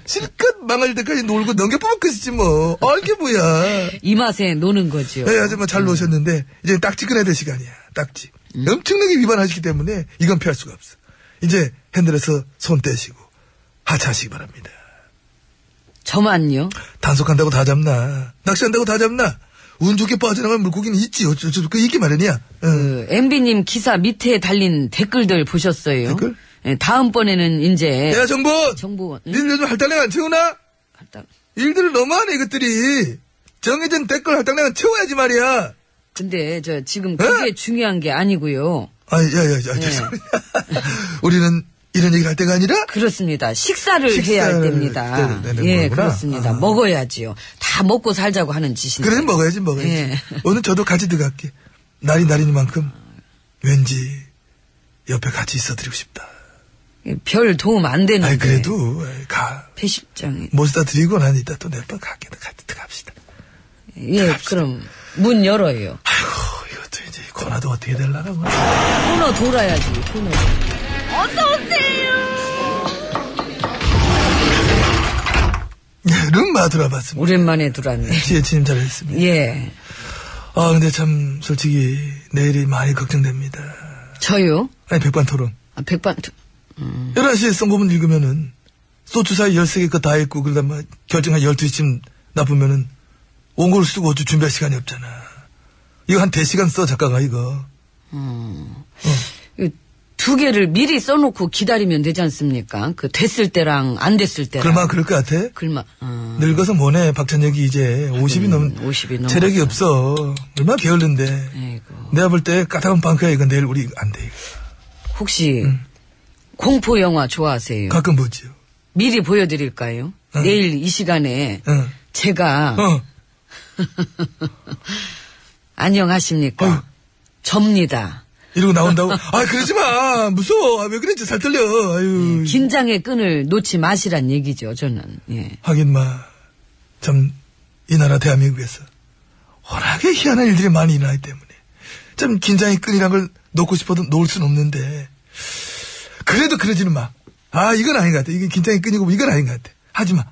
Speaker 9: 실컷 망할 때까지 놀고 넘겨뽑을 것이지 뭐. 아 이게 뭐야.
Speaker 4: 이 맛에 노는 거지요.
Speaker 9: 네, 아줌마 잘 노셨는데 이제 딱지 꺼내야 될 시간이야. 딱지. 엄청나게 위반하시기 때문에 이건 피할 수가 없어. 이제 핸들에서 손 떼시고 하차하시기 바랍니다.
Speaker 4: 저만요.
Speaker 9: 단속한다고 다 잡나? 낚시한다고 다 잡나? 운 좋게 빠져나간 물고기는 있지. 어쩔 수 없고 이게 말이냐?
Speaker 4: 그
Speaker 9: 응.
Speaker 4: MB님 기사 밑에 달린 댓글들 보셨어요?
Speaker 9: 댓글?
Speaker 4: 예, 다음번에는 이제
Speaker 9: 야 네. 정보. 음.
Speaker 4: 정보 응?
Speaker 9: 니들 요즘 할당량 안 채우나?
Speaker 4: 할당-
Speaker 9: 일들을 너무하네 이것들이. 정해진 댓글 할당량은 채워야지 말이야.
Speaker 4: 근데 저 지금 그게
Speaker 9: 네.
Speaker 4: 중요한 게 아니고요.
Speaker 9: 아, 야, 야, 야, 죄송해요. 우리는 이런 얘기를 할 때가 아니라
Speaker 4: 그렇습니다. 식사를, 해야
Speaker 9: 식사를
Speaker 4: 됩니다.
Speaker 9: 기다려야 되는
Speaker 4: 예,
Speaker 9: 거구나.
Speaker 4: 그렇습니다.
Speaker 9: 아.
Speaker 4: 먹어야지요. 다 먹고 살자고 하는 짓인데.
Speaker 9: 그래 먹어야지 먹어야지
Speaker 4: 예.
Speaker 9: 오늘 저도 같이 들어갈게 날이 날인 만큼 왠지 옆에 같이 있어드리고 싶다
Speaker 4: 예, 별 도움 안 되는데.
Speaker 9: 아이 그래도 아이, 가
Speaker 4: 회식장에.
Speaker 9: 모시다 드리고 난 이따 또 내빠 갈게 같이 들어갑시다
Speaker 4: 예, 그럼 문 열어요.
Speaker 9: 아이고 이것도 이제 코나도 뭐. 어떻게 될라고
Speaker 4: 코너 돌아야지. 코너.
Speaker 9: 네, 룸마 들어봤습니다
Speaker 4: 오랜만에 들어왔네.
Speaker 9: 지혜치님 잘했습니다
Speaker 4: 예.
Speaker 9: 아 근데 참 솔직히 내일이 많이 걱정됩니다
Speaker 4: 저요?
Speaker 9: 아니 백반 토론.
Speaker 4: 아, 백반,
Speaker 9: 11시에 썬 고문 읽으면은 소주 사이 13개 거 다 읽고 그러다 막 결정한 12시쯤 나쁘면은 원고를 쓰고 어쩌 준비할 시간이 없잖아. 이거 한네 대시간 써 작가가 이거.
Speaker 4: 어. 이두 개를 미리 써놓고 기다리면 되지 않습니까? 그 됐을 때랑 안 됐을 때랑.
Speaker 9: 글만 그럴 것 같아?
Speaker 4: 글마, 어.
Speaker 9: 늙어서 뭐네 박찬혁이 이제 50이 넘
Speaker 4: 50이 음, 넘었어.
Speaker 9: 체력이 없어. 얼마나 게을른데.
Speaker 4: 아이고.
Speaker 9: 내가 볼 때 까다로운 방크야 이건 내일 우리 안 돼. 이거.
Speaker 4: 혹시
Speaker 9: 음.
Speaker 4: 공포 영화 좋아하세요?
Speaker 9: 가끔 보지요.
Speaker 4: 미리 보여드릴까요? 내일 이 시간에
Speaker 9: 응.
Speaker 4: 제가
Speaker 9: 어.
Speaker 4: 안녕하십니까?
Speaker 9: 어.
Speaker 4: 접니다.
Speaker 9: 이러고 나온다고. 아 그러지 마. 무서워. 아, 왜 그랬지? 살 떨려. 아유.
Speaker 4: 음, 긴장의 끈을 놓지 마시란 얘기죠, 저는. 예.
Speaker 9: 하긴 마. 참, 이 나라 대한민국에서 워낙에 희한한 일들이 많이 일어나기 때문에 참 긴장의 끈이란 걸 놓고 싶어도 놓을 순 없는데 그래도 그러지는 마. 아 이건 아닌 것 같아. 이게 긴장의 끈이고 이건 아닌 것 같아. 하지 마.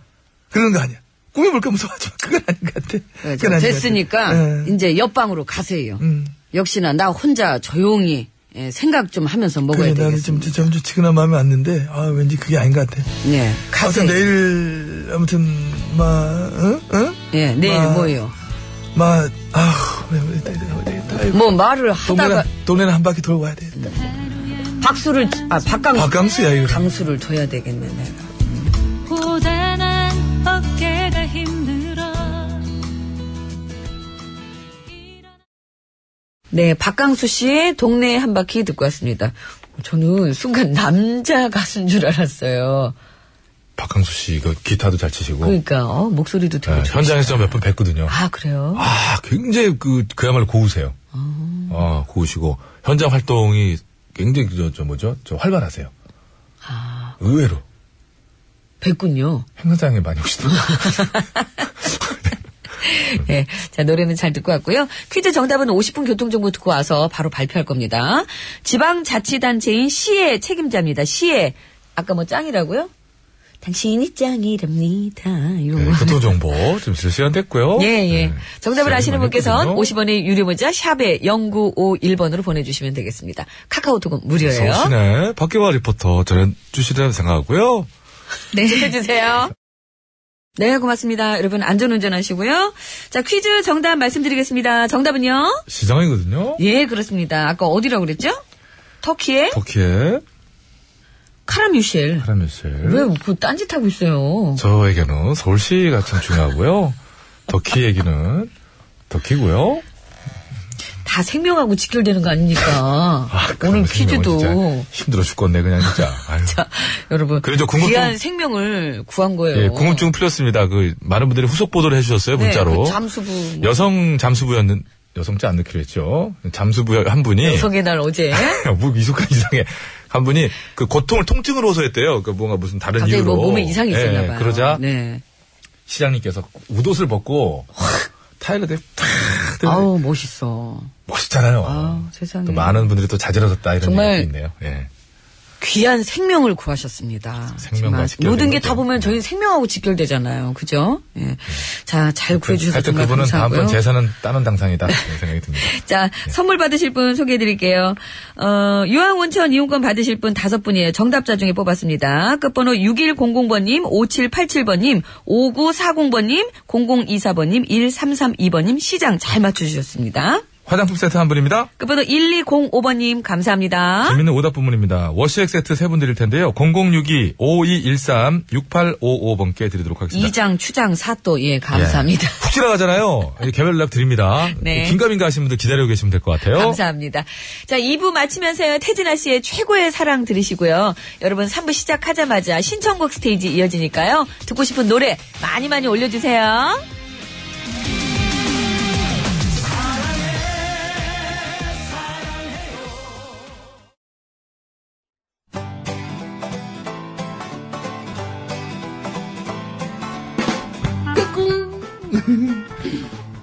Speaker 9: 그런 거 아니야. 꾸며볼까 무서워하지 마. 그건 아닌 것 같아.
Speaker 4: 예,
Speaker 9: 그건 아닌 것 같아.
Speaker 4: 됐으니까
Speaker 9: 예.
Speaker 4: 이제 옆방으로 가세요.
Speaker 9: 음.
Speaker 4: 역시나 나 혼자 조용히 예, 생각 좀 하면서 먹어야
Speaker 9: 그래 나는 좀
Speaker 4: 되겠습니다.
Speaker 9: 점점 지근한 마음이 왔는데 아 왠지 그게 아닌 것 같아.
Speaker 4: 예,
Speaker 9: 아무튼
Speaker 4: 가세요.
Speaker 9: 내일 아무튼 마 응? 응?
Speaker 4: 예, 내일
Speaker 9: 마-
Speaker 4: 뭐요?
Speaker 9: 마 아휴 왜 우리 딸이 어야 되겠다. 아이고.
Speaker 4: 뭐 말을
Speaker 9: 동네는,
Speaker 4: 하다가
Speaker 9: 동네는 한 바퀴 돌고 와야 되겠다.
Speaker 4: 박수를 아 박강
Speaker 9: 박강수야, 이거.
Speaker 4: 강수를 둬야 되겠네 내가.
Speaker 3: 고단한 어깨가 힘들어
Speaker 4: 네, 박강수 씨의 동네 한 바퀴 듣고 왔습니다. 저는 순간 남자 가수인 줄 알았어요.
Speaker 5: 박강수 씨, 그 기타도 잘 치시고.
Speaker 4: 그러니까 어, 목소리도 되게
Speaker 5: 예,
Speaker 4: 좋
Speaker 5: 현장에서 몇 번 뵀거든요.
Speaker 4: 아 그래요?
Speaker 5: 아, 굉장히 그, 그야말로 고우세요.
Speaker 4: 어.
Speaker 5: 아, 고우시고, 현장 활동이 굉장히, 저, 저 뭐죠? 저 활발하세요.
Speaker 4: 아.
Speaker 5: 의외로.
Speaker 4: 뵙군요.
Speaker 5: 행사장에 많이 오시더라고요.
Speaker 4: 네, 자 노래는 잘 듣고 왔고요. 퀴즈 정답은 50분 교통정보 듣고 와서 바로 발표할 겁니다. 지방자치단체인 시의 책임자입니다. 시의 아까 뭐 짱이라고요? 당신이 짱이랍니다. 이거
Speaker 5: 네, 교통정보 좀 실 시간 됐고요.
Speaker 4: 예, 예.
Speaker 5: 네.
Speaker 4: 정답을
Speaker 5: 시간이
Speaker 4: 아시는
Speaker 5: 많이
Speaker 4: 분께서는
Speaker 5: 했거든요.
Speaker 4: 50원의 유료 문자 샵에 0951번으로 보내주시면 되겠습니다. 카카오톡은 무료예요.
Speaker 5: 네, 서울시내 박기화 리포터 저는 주시라고 생각하고요.
Speaker 4: 네. 해주세요. 네, 고맙습니다. 여러분, 안전운전 하시고요. 자, 퀴즈 정답 말씀드리겠습니다. 정답은요?
Speaker 5: 시장이거든요.
Speaker 4: 예, 그렇습니다. 아까 어디라고 그랬죠? 터키의
Speaker 5: 터키의
Speaker 4: 카라뮤실.
Speaker 5: 파라뮤셀.
Speaker 4: 왜, 그, 딴짓하고 있어요.
Speaker 5: 저에게는 서울시가 참 중요하고요. 터키 얘기는 터키고요.
Speaker 4: 다 생명하고 직결되는 거 아닙니까? 오늘
Speaker 5: 그런 생명은
Speaker 4: 퀴즈도.
Speaker 5: 진짜 힘들어 죽겠네 그냥 진짜. 아유.
Speaker 4: 자, 여러분.
Speaker 5: 그래죠, 궁금증-
Speaker 4: 귀한 생명을 구한 거예요.
Speaker 5: 예, 궁금증 풀렸습니다. 그 많은 분들이 후속 보도를 해주셨어요
Speaker 4: 어. 네,
Speaker 5: 문자로.
Speaker 4: 그 잠수부. 뭐
Speaker 5: 여성 잠수부였는 여성자 안 넣기로 했죠. 잠수부 한 분이
Speaker 4: 여성의 날 어제
Speaker 5: 뭐 미숙한 이상해. 한 분이 그 고통을 통증으로 호소했대요. 그 뭔가 무슨 다른
Speaker 4: 갑자기
Speaker 5: 이유로.
Speaker 4: 뭐 몸에 이상이
Speaker 5: 예,
Speaker 4: 있었나 봐요.
Speaker 5: 그러자
Speaker 4: 네.
Speaker 5: 시장님께서 웃옷을 벗고 타일러대 탁 때문에
Speaker 4: 아우 멋있어.
Speaker 5: 멋있잖아요.
Speaker 4: 아우, 세상에.
Speaker 5: 또 많은 분들이 또 자지러졌다 이런
Speaker 4: 정말
Speaker 5: 얘기도 있네요. 예.
Speaker 4: 귀한 생명을 구하셨습니다.
Speaker 5: 생명과
Speaker 4: 정말
Speaker 5: 직결되는
Speaker 4: 모든 게 다
Speaker 5: 거죠.
Speaker 4: 보면 저희 생명하고 직결되잖아요. 그죠? 예. 자, 잘 구해주셔서
Speaker 5: 그렇죠. 하여튼
Speaker 4: 정말
Speaker 5: 그분은 다음번
Speaker 4: 감사하고요. 네.
Speaker 5: 재산은 따는 당상이다 이런 생각이 듭니다.
Speaker 4: 자, 선물 받으실 분 소개해 드릴게요. 어, 유황온천 이용권 받으실 분 다섯 분이에요. 정답자 중에 뽑았습니다. 끝번호 6100번님, 5787번님, 5940번님, 0024번님, 1332번님 시장 잘 맞춰주셨습니다.
Speaker 5: 화장품 세트 한 분입니다.
Speaker 4: 끝번호 1205번님 감사합니다.
Speaker 5: 재밌는 오답 부문입니다. 워시액 세트 세 분 드릴 텐데요. 0062-5213-6855번께 드리도록 하겠습니다.
Speaker 4: 이장, 추장, 사또, 예, 감사합니다.
Speaker 5: 훅 지나가잖아요. 예, 개별 연락 드립니다.
Speaker 4: 네.
Speaker 5: 긴가민가 하시는 분들 기다리고 계시면 될 것
Speaker 10: 어?
Speaker 5: 같아요.
Speaker 4: 감사합니다. 자, 2부 마치면서 태진아 씨의 최고의 사랑 들으시고요. 여러분 3부 시작하자마자 신청곡 스테이지 이어지니까요. 듣고 싶은 노래 많이 많이 올려주세요.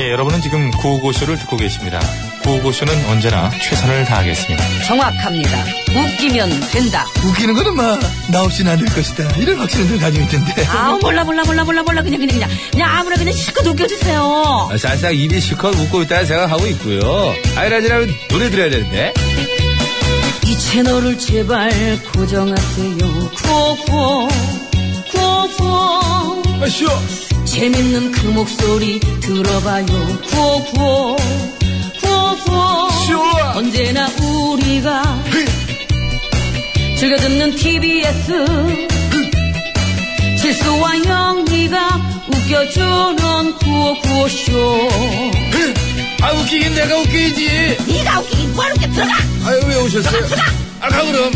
Speaker 5: 예, 여러분은 지금 구호고쇼를 듣고 계십니다. 구호고쇼는 언제나 최선을 다하겠습니다.
Speaker 4: 정확합니다. 웃기면 된다.
Speaker 10: 웃기는 거는 막 나 없이는 안 될 것이다. 이런 확신을 늘 가지고 있던데.
Speaker 4: 아 몰라 몰라 몰라 몰라 몰라 그냥 그냥 그냥 그냥 아무나 그냥 실컷 웃겨주세요.
Speaker 1: 아, 사실상 입이 실컷 웃고 있다는 생각하고 있고요. 아이라지라면 노래 들어야 되는데.
Speaker 4: 이 채널을 제발 고정하세요. 구호구호 구호구호
Speaker 1: 아, 쉬워.
Speaker 4: 재밌는 그 목소리 들어봐요. 구호구호 구호구호 언제나 우리가 즐겨 듣는 TBS 실수와 영리가 웃겨주는 구호구호쇼
Speaker 1: 아, 웃기긴 내가 웃기지.
Speaker 4: 네가 웃기긴 뭘 웃겨 들어가
Speaker 1: 아유, 왜 오셨어요? 네. 아, 가, 그럼.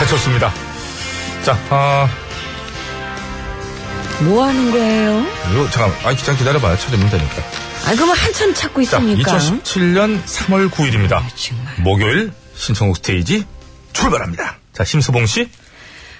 Speaker 5: 배쳤습니다. 자, 아,
Speaker 2: 뭐 하는 거예요?
Speaker 5: 이거 잠깐만. 아, 잠깐 기다려봐요. 찾으면 되니까.
Speaker 2: 아, 그러면 한참 찾고
Speaker 5: 자,
Speaker 2: 있습니까?
Speaker 5: 2017년 3월 9일입니다.
Speaker 2: 아,
Speaker 5: 목요일 신청곡 스테이지 출발합니다. 자, 심수봉 씨.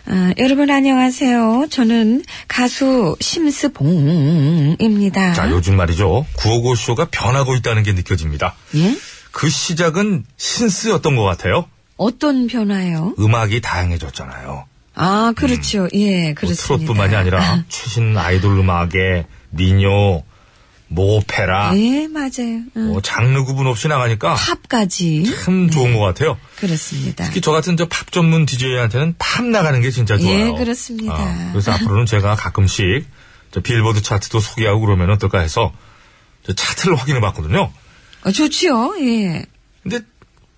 Speaker 2: 아, 여러분 안녕하세요. 저는 가수 심스봉입니다.
Speaker 5: 자, 요즘 말이죠. 구호고쇼가 변하고 있다는 게 느껴집니다.
Speaker 2: 예?
Speaker 5: 그 시작은 신스였던 것 같아요.
Speaker 2: 어떤 변화요?
Speaker 5: 음악이 다양해졌잖아요.
Speaker 2: 아, 그렇죠. 예,
Speaker 5: 뭐
Speaker 2: 그렇습니다.
Speaker 5: 트롯뿐만이 아니라 최신 아이돌 음악에 미녀, 모페라,
Speaker 2: 예, 맞아요. 응.
Speaker 5: 뭐 장르 구분 없이 나가니까
Speaker 2: 팝까지.
Speaker 5: 참 좋은 것 같아요.
Speaker 2: 그렇습니다.
Speaker 5: 특히 저 같은 저 팝 전문 DJ한테는 팝 나가는 게 진짜
Speaker 2: 예,
Speaker 5: 좋아요.
Speaker 2: 그렇습니다.
Speaker 5: 아, 그래서 앞으로는 제가 가끔씩 저 빌보드 차트도 소개하고 그러면 어떨까 해서 저 차트를 확인해 봤거든요.
Speaker 2: 어, 좋지요. 예.
Speaker 5: 근데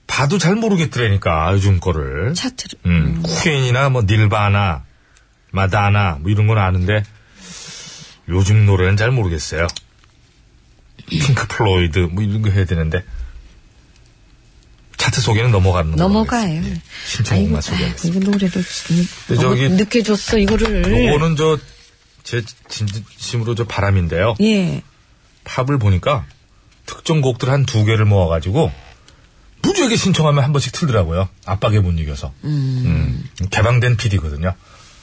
Speaker 5: 봐도 잘 모르겠더라니까 요즘 거를.
Speaker 2: 차트를.
Speaker 5: 음, 퀸이나 뭐 닐바나, 마다나 뭐 이런 건 아는데 요즘 노래는 잘 모르겠어요. 핑크 플로이드 뭐 이런 거 해야 되는데 차트 소개는 넘어가는 걸로
Speaker 2: 넘어가요. 아,
Speaker 5: 하겠습니다. 예, 신청곡만
Speaker 2: 이거
Speaker 5: 소개하겠습니다.
Speaker 2: 노래를
Speaker 5: 근데
Speaker 2: 너무
Speaker 5: 저기-
Speaker 2: 늦게 줬어 이거를.
Speaker 5: 요거는 저 제 진심으로 저 바람인데요.
Speaker 2: 예.
Speaker 5: 팝을 보니까 특정 곡들 한 두 개를 모아가지고 무지하게 신청하면 한 번씩 틀더라고요. 압박에 못 이겨서. 음, 개방된 PD거든요.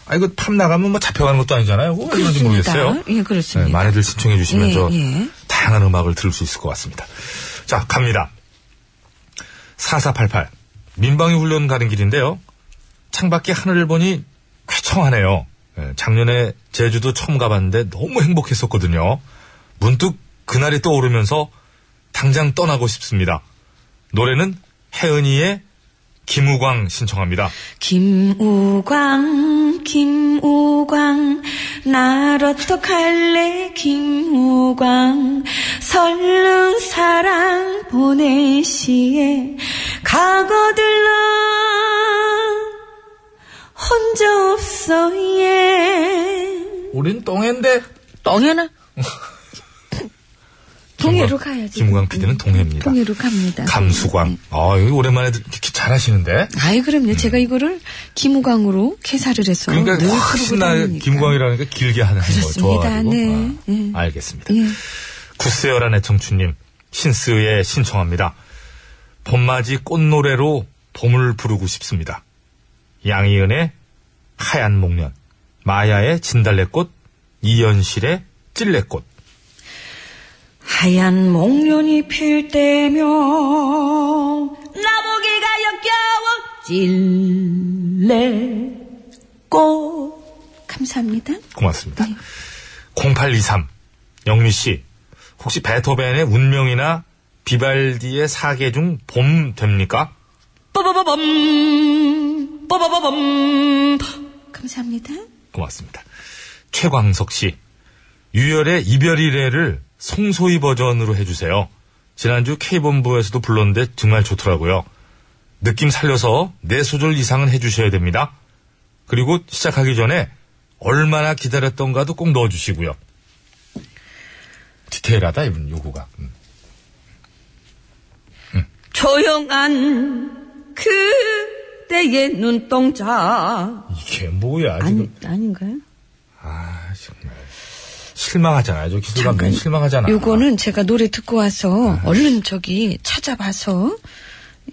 Speaker 5: 아 이거 팝 나가면 뭐 잡혀가는 것도 아니잖아요. 뭐 그런지 모르겠어요.
Speaker 2: 예, 그렇습니다.
Speaker 5: 네, 많이들 신청해 주시면
Speaker 2: 예,
Speaker 5: 저
Speaker 2: 예.
Speaker 5: 다양한 음악을 들을 수 있을 것 같습니다. 자 갑니다. 4488 민방위 훈련 가는 길인데요. 창밖에 하늘을 보니 쾌청하네요. 예, 작년에 제주도 처음 가봤는데 너무 행복했었거든요. 문득 그날이 떠오르면서 당장 떠나고 싶습니다. 노래는 혜은이의 김우광 신청합니다.
Speaker 2: 김우광, 김우광, 날 어떡할래, 김우광. 설른 사랑 보내시에 가거들라, 혼자 없어, 예.
Speaker 5: 우린 똥인데
Speaker 2: 뻥해나? 동해로 가야지.
Speaker 5: 김우광 PD는 동해입니다.
Speaker 2: 동해로 갑니다.
Speaker 5: 감수광. 아, 여기 오랜만에 듣- 이렇게 잘하시는데.
Speaker 2: 아이, 그럼요. 제가 이거를 김우광으로 캐사를 해서.
Speaker 5: 그러니까
Speaker 2: 늘
Speaker 5: 훨씬
Speaker 2: 부르고
Speaker 5: 나
Speaker 2: 어, 다니니까.
Speaker 5: 김광이라니까 길게 하는 거
Speaker 2: 그렇습니다.
Speaker 5: 좋아가지고.
Speaker 2: 네.
Speaker 5: 아,
Speaker 2: 예.
Speaker 5: 알겠습니다.
Speaker 2: 예.
Speaker 5: 구세열한 애청춘님 신스에 신청합니다. 봄맞이 꽃노래로 봄을 부르고 싶습니다. 양희은의 하얀 목련, 마야의 진달래꽃, 이연실의 찔레꽃.
Speaker 2: 하얀 목련이 필 때면
Speaker 4: 나보기가 역겨워 찔레
Speaker 2: 꽃
Speaker 4: 감사합니다.
Speaker 2: 네.
Speaker 5: 고맙습니다. 0823 영미 씨 혹시 베토벤의 운명이나 비발디의 사계 중 봄 됩니까?
Speaker 3: 빠바바밤 빠바바밤
Speaker 4: 감사합니다.
Speaker 5: 고맙습니다. 최광석 씨 유열의 이별이래를 송소희 버전으로 해주세요. 지난주 K본부에서도 불렀는데 정말 좋더라고요. 느낌 살려서 네 소절 이상은 해주셔야 됩니다. 그리고 시작하기 전에 얼마나 기다렸던가도 꼭 넣어주시고요. 디테일하다 이분 요구가. 음.
Speaker 3: 조용한 그대의 눈동자
Speaker 5: 이게 뭐야 지금
Speaker 3: 아니 아닌가요?
Speaker 5: 아 정말 실망하잖아요. 저 기술감 너무 실망하잖아.
Speaker 4: 요거는 제가 노래 듣고 와서 얼른 저기 찾아봐서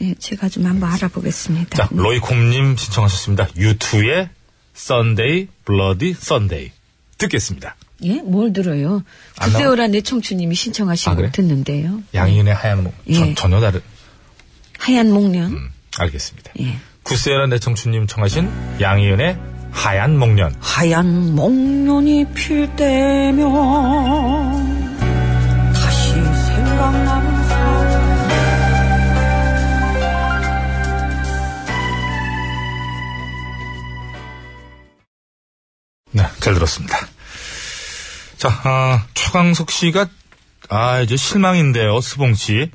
Speaker 4: 예, 제가 좀 한번 알아보겠습니다.
Speaker 5: 자 로이콤님 신청하셨습니다. U2의 Sunday Bloody Sunday 듣겠습니다.
Speaker 4: 예, 뭘 들어요?
Speaker 3: 아,
Speaker 5: 안 나와?
Speaker 4: 구세오라 내 청춘님이 신청하신
Speaker 5: 아,
Speaker 4: 걸
Speaker 5: 그래?
Speaker 4: 듣는데요.
Speaker 5: 양윤의 하얀 목
Speaker 4: 예.
Speaker 5: 전- 전혀 다른
Speaker 4: 하얀 목련.
Speaker 5: 음, 알겠습니다.
Speaker 4: 예.
Speaker 5: 구세란 내청춘님 청하신 양희은의 하얀 목련
Speaker 3: 하얀 목련이 필 때면 다시 생각나는 사람
Speaker 5: 네, 잘 들었습니다. 자, 아, 최광석 씨가, 아, 이제 실망인데요, 스봉 씨.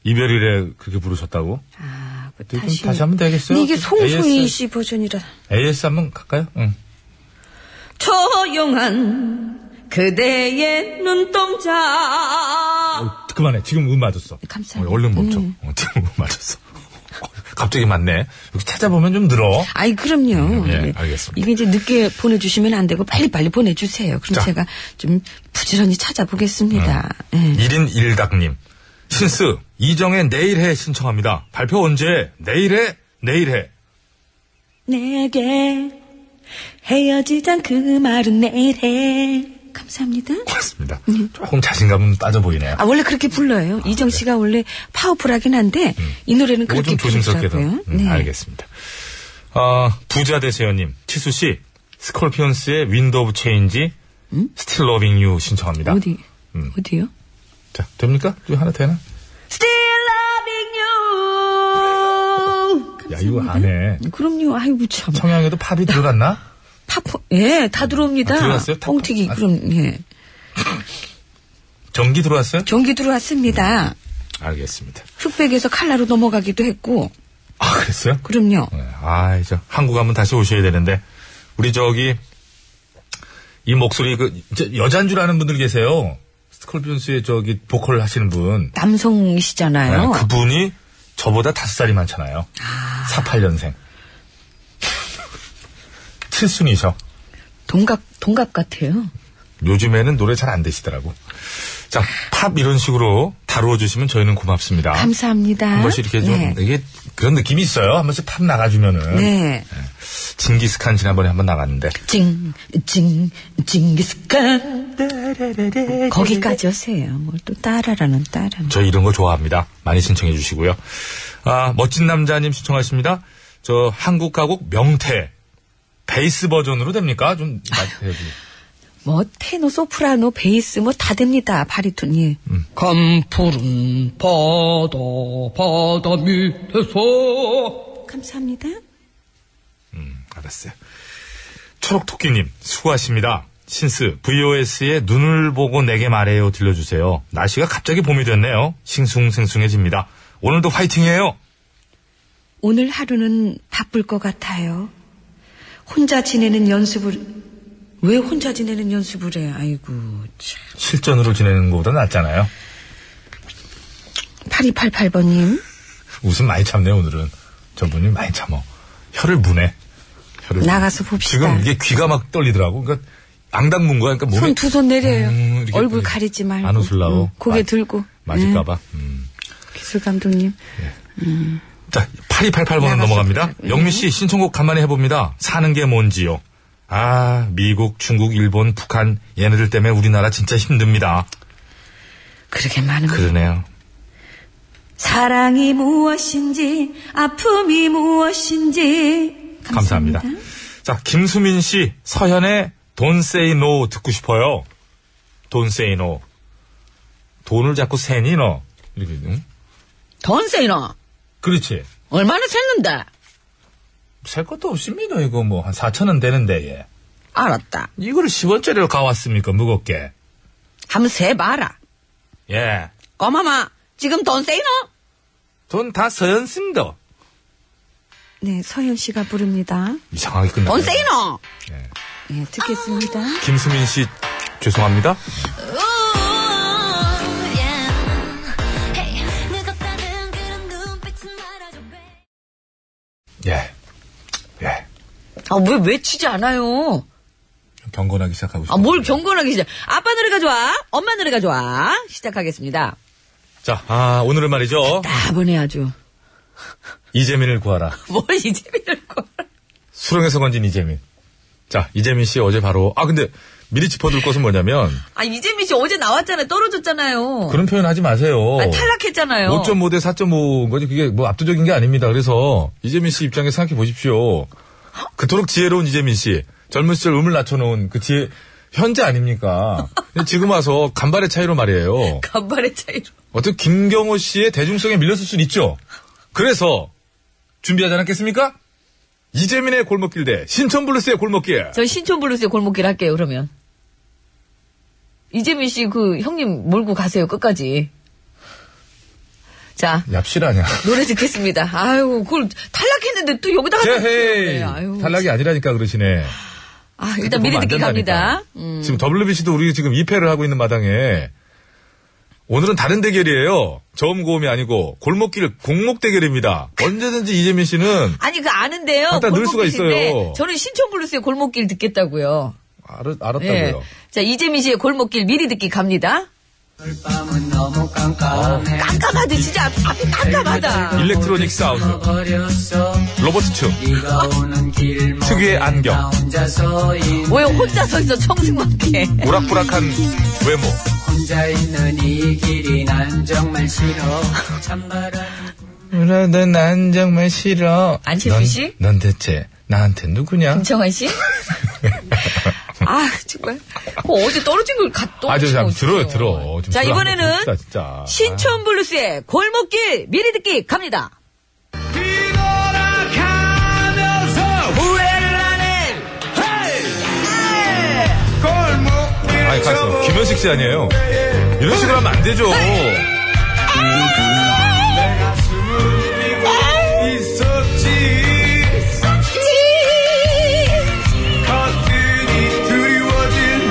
Speaker 5: 이별이래 그렇게 부르셨다고?
Speaker 4: 아, 그
Speaker 5: 좀 다시 하면 되겠어요?
Speaker 4: 이게
Speaker 3: 그
Speaker 5: 좀
Speaker 4: 송소희
Speaker 5: AS
Speaker 4: 씨 버전이라.
Speaker 5: AS 한번 갈까요? 응.
Speaker 3: 조용한 그대의 눈동자
Speaker 5: 어, 그만해. 지금 음 맞았어.
Speaker 4: 감사합니다.
Speaker 5: 어, 얼른 멈춰.
Speaker 4: 음.
Speaker 5: 어, 지금 음 맞았어. 갑자기 맞네. 여기 찾아보면 좀 늘어.
Speaker 4: 아이, 그럼요.
Speaker 5: 예,
Speaker 4: 네.
Speaker 5: 알겠습니다.
Speaker 4: 이게 이제 늦게 보내주시면 안 되고 빨리빨리 보내주세요. 그럼
Speaker 5: 자.
Speaker 4: 제가 좀 부지런히 찾아보겠습니다. 예.
Speaker 5: 1인 1닭님. 신스, 이정의 내일 해 신청합니다. 발표 언제? 내일 해? 내일 해.
Speaker 4: 예. 내게 헤어지잔 그 말은 내일 해. 감사합니다.
Speaker 5: 고맙습니다. 조금 자신감은 따져 보이네요.
Speaker 4: 네. 아, 원래 그렇게 불러요. 이정 씨가 원래 파워풀하긴 한데, 이 노래는
Speaker 5: 그거
Speaker 4: 그렇게
Speaker 5: 음. 좀 조심스럽게 더.
Speaker 4: 부르더라고요. 네.
Speaker 5: 음, 알겠습니다. 아, 부자 대세연님, 치수 씨, 스콜피언스의 윈드 오브 체인지, 스틸 러빙 유 신청합니다.
Speaker 4: 음? 어디,
Speaker 5: 음.
Speaker 4: 어디요?
Speaker 5: 자, 됩니까? 좀 하나 되나? 야, 이거 안 해.
Speaker 4: 음, 그럼요. 아이고, 참.
Speaker 5: 청양에도 팝이 들어갔나?
Speaker 4: 파포, 예, 다 들어옵니다.
Speaker 5: 아, 들어왔어요? 다-
Speaker 4: 뻥튀기,
Speaker 5: 아,
Speaker 4: 그럼, 예.
Speaker 5: 전기 들어왔어요?
Speaker 4: 전기 들어왔습니다.
Speaker 5: 알겠습니다.
Speaker 4: 흑백에서 칼라로 넘어가기도 했고,
Speaker 5: 아, 그랬어요?
Speaker 4: 그럼요.
Speaker 5: 네, 아, 이제 한국 한번 다시 오셔야 되는데 우리 저기 이 목소리 그 저, 여잔 줄 아는 분들 계세요. 스콜피언스의 저기 보컬 하시는 분.
Speaker 4: 남성이시잖아요.
Speaker 5: 네, 그분이 저보다 다섯 살이 많잖아요. 48년생. 칠순이셔.
Speaker 4: 동갑, 동갑 같아요.
Speaker 5: 요즘에는 노래 잘 안 되시더라고. 자, 팝 이런 식으로 다루어 주시면 저희는 고맙습니다.
Speaker 4: 감사합니다.
Speaker 5: 아, 한 번씩 이렇게 좀
Speaker 4: 네.
Speaker 5: 이게 그런 느낌이 있어요. 한 번씩 팝 나가주면은
Speaker 4: 네.
Speaker 5: 징기스칸 지난번에 한 번 나갔는데
Speaker 4: 징, 징, 징기스칸. 거기까지 하세요. 뭘 또 따라라는 따라.
Speaker 5: 저 이런 거 좋아합니다. 많이 신청해 주시고요. 아, 멋진 남자님 신청하십니다. 저 한국 가곡 명태 베이스 버전으로 됩니까? 좀 마- 해주-
Speaker 4: 뭐, 테너, 소프라노, 베이스, 뭐, 다 됩니다. 바리톤, 예.
Speaker 5: 음.
Speaker 11: 간푸른 바다 바다 밑에서
Speaker 4: 감사합니다.
Speaker 5: 알았어요. 초록토끼님 수고하십니다. 신스 VOS의 눈을 보고 내게 말해요 들려주세요. 날씨가 갑자기 봄이 됐네요. 싱숭생숭해집니다. 오늘도 화이팅이에요.
Speaker 4: 오늘 하루는 바쁠 것 같아요. 혼자 지내는 연습을, 왜 혼자 지내는 연습을 해? 아이고, 참.
Speaker 5: 실전으로 지내는 것보다 낫잖아요.
Speaker 4: 8288번님.
Speaker 5: 웃음 많이 참네요 오늘은. 저분이 많이 참어. 혀를 무네. 혀를
Speaker 4: 나가서 봅시다.
Speaker 5: 지금 이게 귀가 막 떨리더라고. 그러니까 앙당 문 거야. 그러니까 몸이
Speaker 4: 손 두 손 내려요.
Speaker 5: 음, 이렇게
Speaker 4: 얼굴
Speaker 5: 또
Speaker 4: 가리지 말고.
Speaker 5: 안 웃으려고.
Speaker 4: 음, 고개
Speaker 5: 맞-
Speaker 4: 들고. 예,
Speaker 5: 맞을까봐. 음.
Speaker 4: 기술 감독님.
Speaker 5: 자, 8288번
Speaker 4: 나가서 네.
Speaker 5: 넘어갑니다.
Speaker 4: 보자.
Speaker 5: 영미 씨 신청곡 간만에 해봅니다. 사는 게 뭔지요. 아, 미국, 중국, 일본, 북한 얘네들 때문에 우리나라 진짜 힘듭니다.
Speaker 4: 그러게 많은
Speaker 5: 그러네요.
Speaker 4: 사랑이 무엇인지 아픔이 무엇인지
Speaker 5: 감사합니다.
Speaker 4: 감사합니다.
Speaker 5: 자, 자, 김수민 씨, 서현의 Don't Say No 듣고 싶어요. Don't Say No. 돈을 자꾸 세니, 너. 이렇게, 응?
Speaker 4: 돈 세이너
Speaker 5: 그렇지.
Speaker 4: 얼마나 샜는데?
Speaker 5: 살 것도 없습니다, 이거 뭐. 한 4천원 되는데, 예.
Speaker 4: 알았다.
Speaker 5: 이거를 10원짜리로 가왔습니까, 무겁게.
Speaker 4: 한번 세봐라.
Speaker 5: 예.
Speaker 4: 꼬마마, 지금 돈 세이너?
Speaker 5: 돈 다 서현 씁니다.
Speaker 11: 네, 서현 씨가 부릅니다.
Speaker 5: 이상하게 끝나.
Speaker 4: 돈 세이너?
Speaker 5: 네.
Speaker 4: 아,
Speaker 11: 예, 듣겠습니다.
Speaker 5: 김수민 씨, 죄송합니다. 예. 예.
Speaker 4: 아, 왜, 왜 치지 않아요?
Speaker 5: 경건하기 시작하고 싶어.
Speaker 4: 아, 뭘 경건하게 시작. 아빠 노래가 좋아? 엄마 노래가 좋아? 시작하겠습니다.
Speaker 5: 자, 아, 오늘은 말이죠.
Speaker 4: 따분해 아주.
Speaker 5: 이재민을 구하라.
Speaker 4: 뭘 이재민을 걸.
Speaker 5: 수렁에서 건진 이재민. 자, 이재민 씨 어제 바로, 아, 근데 미리 짚어둘 것은 뭐냐면,
Speaker 4: 아, 이재민 씨 어제 나왔잖아요. 떨어졌잖아요.
Speaker 5: 그런 표현 하지 마세요.
Speaker 4: 아,
Speaker 5: 뭐
Speaker 4: 탈락했잖아요.
Speaker 5: 5.5 대 4.5인 거지. 그게 뭐 압도적인 게 아닙니다. 그래서 이재민 씨 입장에 생각해 보십시오. 그토록 지혜로운 이재민 씨. 젊은 시절 음을 낮춰놓은 그 지혜, 현재 아닙니까? 근데 지금 와서 간발의 차이로 말이에요.
Speaker 4: 간발의 차이로.
Speaker 5: 어떻게 김경호 씨의 대중성에 밀렸을 수는 있죠. 그래서 준비하지 않았겠습니까? 이재민의 골목길 대 신천블루스의 골목길.
Speaker 4: 저 신촌블루스의 골목길 할게요, 그러면. 이재민 씨 그 형님 몰고 가세요, 끝까지. 자,
Speaker 5: 얍실 아니야.
Speaker 4: 노래 듣겠습니다. 아유, 그걸 탈락했는데 또 여기다가.
Speaker 5: 제헤이.
Speaker 4: 네, 아유,
Speaker 5: 탈락이 아니라니까 그러시네.
Speaker 4: 아, 일단 미리
Speaker 5: 그러면 안
Speaker 4: 듣기 갑니다. 음.
Speaker 5: 된다니까. 지금 WBC도 우리 지금 2패를 하고 있는 마당에 오늘은 다른 대결이에요. 저음 고음이 아니고 골목길 공목 대결입니다. 언제든지 이재민 씨는
Speaker 4: 아니, 그 아는데요.
Speaker 5: 갖다 넣을 수가
Speaker 4: 골목길인데
Speaker 5: 있어요.
Speaker 4: 저는 신촌블루스의 골목길 듣겠다고요.
Speaker 5: 알, 알았다고요.
Speaker 4: 예. 자, 이재민 씨의 골목길 미리 듣기 갑니다. 깜깜하다, 진짜 앞, 앞이 깜깜하다.
Speaker 5: 일렉트로닉 사운드. 로버트 춤.
Speaker 11: 뭐
Speaker 5: 특유의 안경.
Speaker 4: 왜 혼자 서 있어, 청승맞게.
Speaker 5: 우락부락한 외모. 울어도 난 정말 싫어.
Speaker 4: 안철수
Speaker 5: 넌-
Speaker 4: 씨?
Speaker 5: 넌 대체 나한테 누구냐?
Speaker 4: 김청환 씨? 아, 정말. 어, 어제 떨어진 걸 갖다
Speaker 5: 아, 저,
Speaker 4: 떨어진
Speaker 5: 저,
Speaker 4: 거
Speaker 5: 들어요,
Speaker 4: 어떡해요.
Speaker 5: 들어. 좀
Speaker 4: 자,
Speaker 5: 들어.
Speaker 4: 이번에는
Speaker 5: 봅시다, 진짜.
Speaker 4: 신촌 블루스의 골목길 미리 듣기 갑니다.
Speaker 5: 아니, 가세요. 김현식 씨 아니에요. 이런 식으로 하면 안 되죠.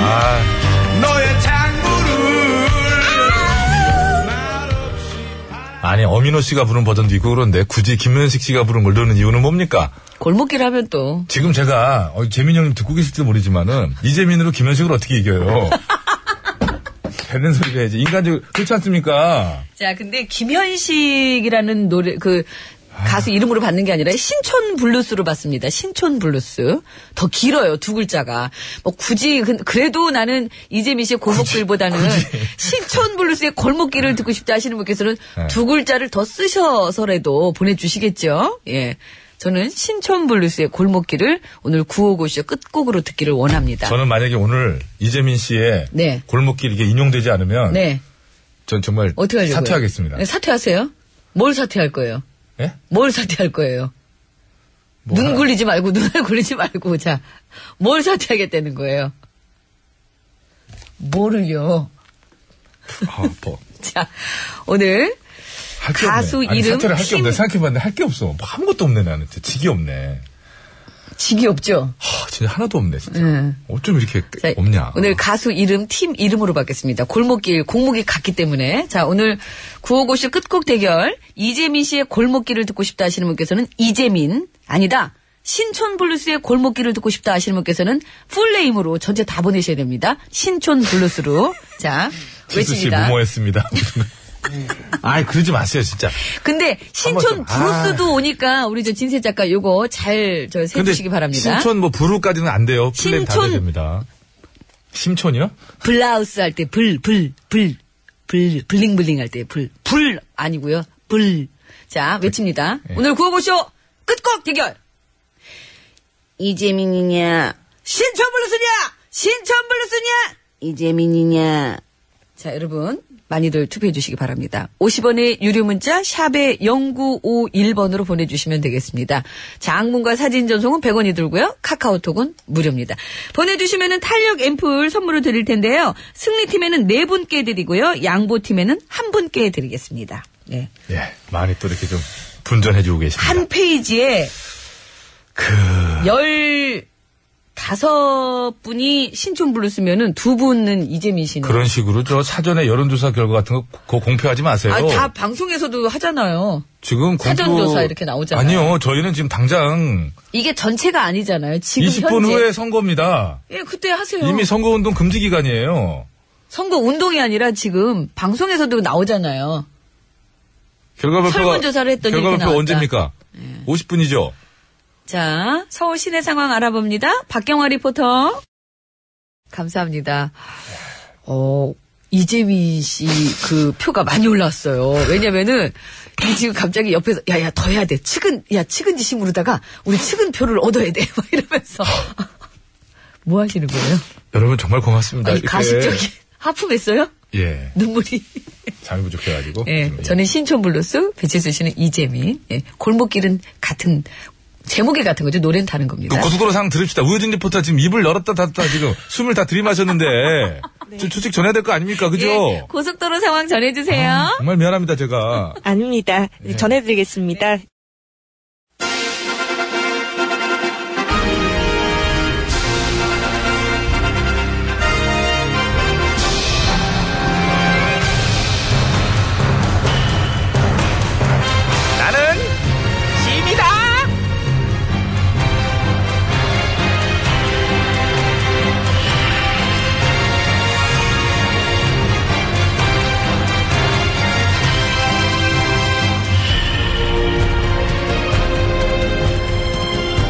Speaker 5: 아, 아니, 어민호 씨가 부른 버전도 있고 그런데 굳이 김현식 씨가 부른 걸 넣는 이유는 뭡니까?
Speaker 4: 골목길 하면 또.
Speaker 5: 지금 제가 어, 재민 형님 듣고 계실지 모르지만은 이재민으로 김현식을 어떻게 이겨요? 되는 소리를 해야지. 인간적으로 그렇지 않습니까?
Speaker 4: 자, 근데 김현식이라는 노래, 그, 가수 이름으로 받는 게 아니라 신촌 블루스로 받습니다. 신촌 블루스. 더 길어요, 두 글자가. 뭐 굳이, 그, 그래도 나는 이재민 씨의 골목길보다는 신촌 블루스의 골목길을 듣고 싶다 하시는 분께서는
Speaker 5: 네.
Speaker 4: 두 글자를 더 쓰셔서라도 보내주시겠죠? 예. 저는 신촌 블루스의 골목길을 오늘 구호고쇼 끝곡으로 듣기를 원합니다.
Speaker 5: 저는 만약에 오늘 이재민 씨의
Speaker 4: 네.
Speaker 5: 골목길 이게 인용되지 않으면
Speaker 4: 네.
Speaker 5: 전 정말
Speaker 4: 어떻게 네. 하려고?
Speaker 5: 사퇴하겠습니다.
Speaker 4: 사퇴하세요? 뭘 사퇴할 거예요?
Speaker 5: 예?
Speaker 4: 뭘 사퇴할 거예요?
Speaker 5: 뭐
Speaker 4: 눈
Speaker 5: 하나-
Speaker 4: 굴리지 말고 눈을 굴리지 말고 자 뭘 사퇴하겠다는 거예요? 뭐를요?
Speaker 5: 아, 아파.
Speaker 4: 자 오늘
Speaker 5: 할게
Speaker 4: 가수
Speaker 5: 없네. 아니,
Speaker 4: 이름,
Speaker 5: 사퇴를 할 게
Speaker 4: 팀-
Speaker 5: 없네. 생각해봤는데 할 게 없어. 뭐 아무것도 없네 나는. 진짜 직이 없네.
Speaker 4: 직이 없죠?
Speaker 5: 하, 진짜 하나도 없네 진짜.
Speaker 4: 응.
Speaker 5: 어쩜 이렇게
Speaker 4: 자,
Speaker 5: 없냐.
Speaker 4: 오늘 가수 이름, 팀 이름으로 받겠습니다. 골목길, 공목이 같기 때문에. 자, 오늘 구호고시 끝곡 대결. 이재민 씨의 골목길을 듣고 싶다 하시는 분께서는 이재민. 아니다. 신촌블루스의 골목길을 듣고 싶다 하시는 분께서는 풀네임으로 전체 다 보내셔야 됩니다. 신촌블루스로. 자,
Speaker 5: 지수 씨뭐
Speaker 4: 외칩니다.
Speaker 5: 무모했습니다. 아이 그러지 마세요 진짜.
Speaker 4: 근데 신촌
Speaker 5: 한 번, 아.
Speaker 4: 블루스도 오니까 우리 저 진세 작가 요거 잘저 세주시기 바랍니다.
Speaker 5: 신촌 뭐 부루까지는 안 돼요. 플랜 다
Speaker 4: 신촌-
Speaker 5: 됩니다. 심촌이요?
Speaker 4: 블라우스 할 때 불, 불, 불, 불, 블링블링 할 때 불, 불 아니고요.
Speaker 5: 네.
Speaker 4: 불. 자, 외칩니다. 오늘 구호고쇼 끝곡 대결.
Speaker 12: 이재민이냐?
Speaker 4: 신천블루스냐? 신천블루스냐?
Speaker 12: 이재민이냐?
Speaker 4: 자, 여러분. 많이들 투표해 주시기 바랍니다. 50원의 유료 문자 샵에 0951번으로 보내주시면 되겠습니다. 자, 악문과 사진 전송은 100원이 들고요. 카카오톡은 무료입니다. 보내주시면 은 탄력 앰플 선물을 드릴 텐데요. 승리팀에는 4분께 드리고요. 양보팀에는 1분께 드리겠습니다. 네.
Speaker 5: 예, 많이 또 이렇게 좀 분전해주고 계십니다.
Speaker 4: 한 페이지에 열 다섯 분이 신촌블루 쓰면은 두 분은 이재민 씨는
Speaker 5: 그런 식으로 저 사전에 여론조사 결과 같은 거 그거 공표하지 마세요.
Speaker 4: 아, 다 방송에서도 하잖아요.
Speaker 5: 지금 공표...
Speaker 4: 사전조사 이렇게 나오잖아요.
Speaker 5: 아니요, 저희는 지금 당장
Speaker 4: 이게 전체가 아니잖아요. 지금
Speaker 5: 20분
Speaker 4: 현재.
Speaker 5: 후에 선거입니다.
Speaker 4: 예, 그때 하세요.
Speaker 5: 이미 선거운동 금지 기간이에요.
Speaker 4: 선거 운동이 아니라 지금 방송에서도 나오잖아요.
Speaker 5: 결과 발표가
Speaker 4: 설문조사를 했더니
Speaker 5: 결과
Speaker 4: 이렇게 나왔다.
Speaker 5: 발표
Speaker 4: 네.
Speaker 5: 언제입니까? 50분이죠.
Speaker 4: 자, 서울 시내 상황 알아봅니다. 박경화 리포터. 감사합니다. 어, 이재민 씨 그 표가 많이 올라왔어요. 왜냐면은 이 지금 갑자기 옆에서 야야 더 해야 돼. 측은 야 측은지심 으로다가 우리 측은 표를 얻어야 돼. 막 이러면서 뭐 하시는 거예요?
Speaker 5: 여러분 정말 고맙습니다.
Speaker 4: 아니
Speaker 5: 이렇게.
Speaker 4: 가식적인 하품했어요?
Speaker 5: 예,
Speaker 4: 눈물이.
Speaker 5: 잠이 부족해가지고. 음.
Speaker 4: 예,
Speaker 5: 좀,
Speaker 4: 저는 신촌 블루스, 배치수 씨는 이재민. 예, 골목길은 같은 제목이 같은 거죠. 노래는 다른 겁니다.
Speaker 5: 그 고속도로상 들읍시다. 우효진 리포터 지금 입을 열었다 닫았다 지금 숨을 다 들이마셨는데 지금 추측 전해야 될 거 아닙니까? 그죠?
Speaker 4: 네. 예, 고속도로 상황 전해주세요.
Speaker 5: 정말 미안합니다 제가.
Speaker 13: 아닙니다. 전해드리겠습니다.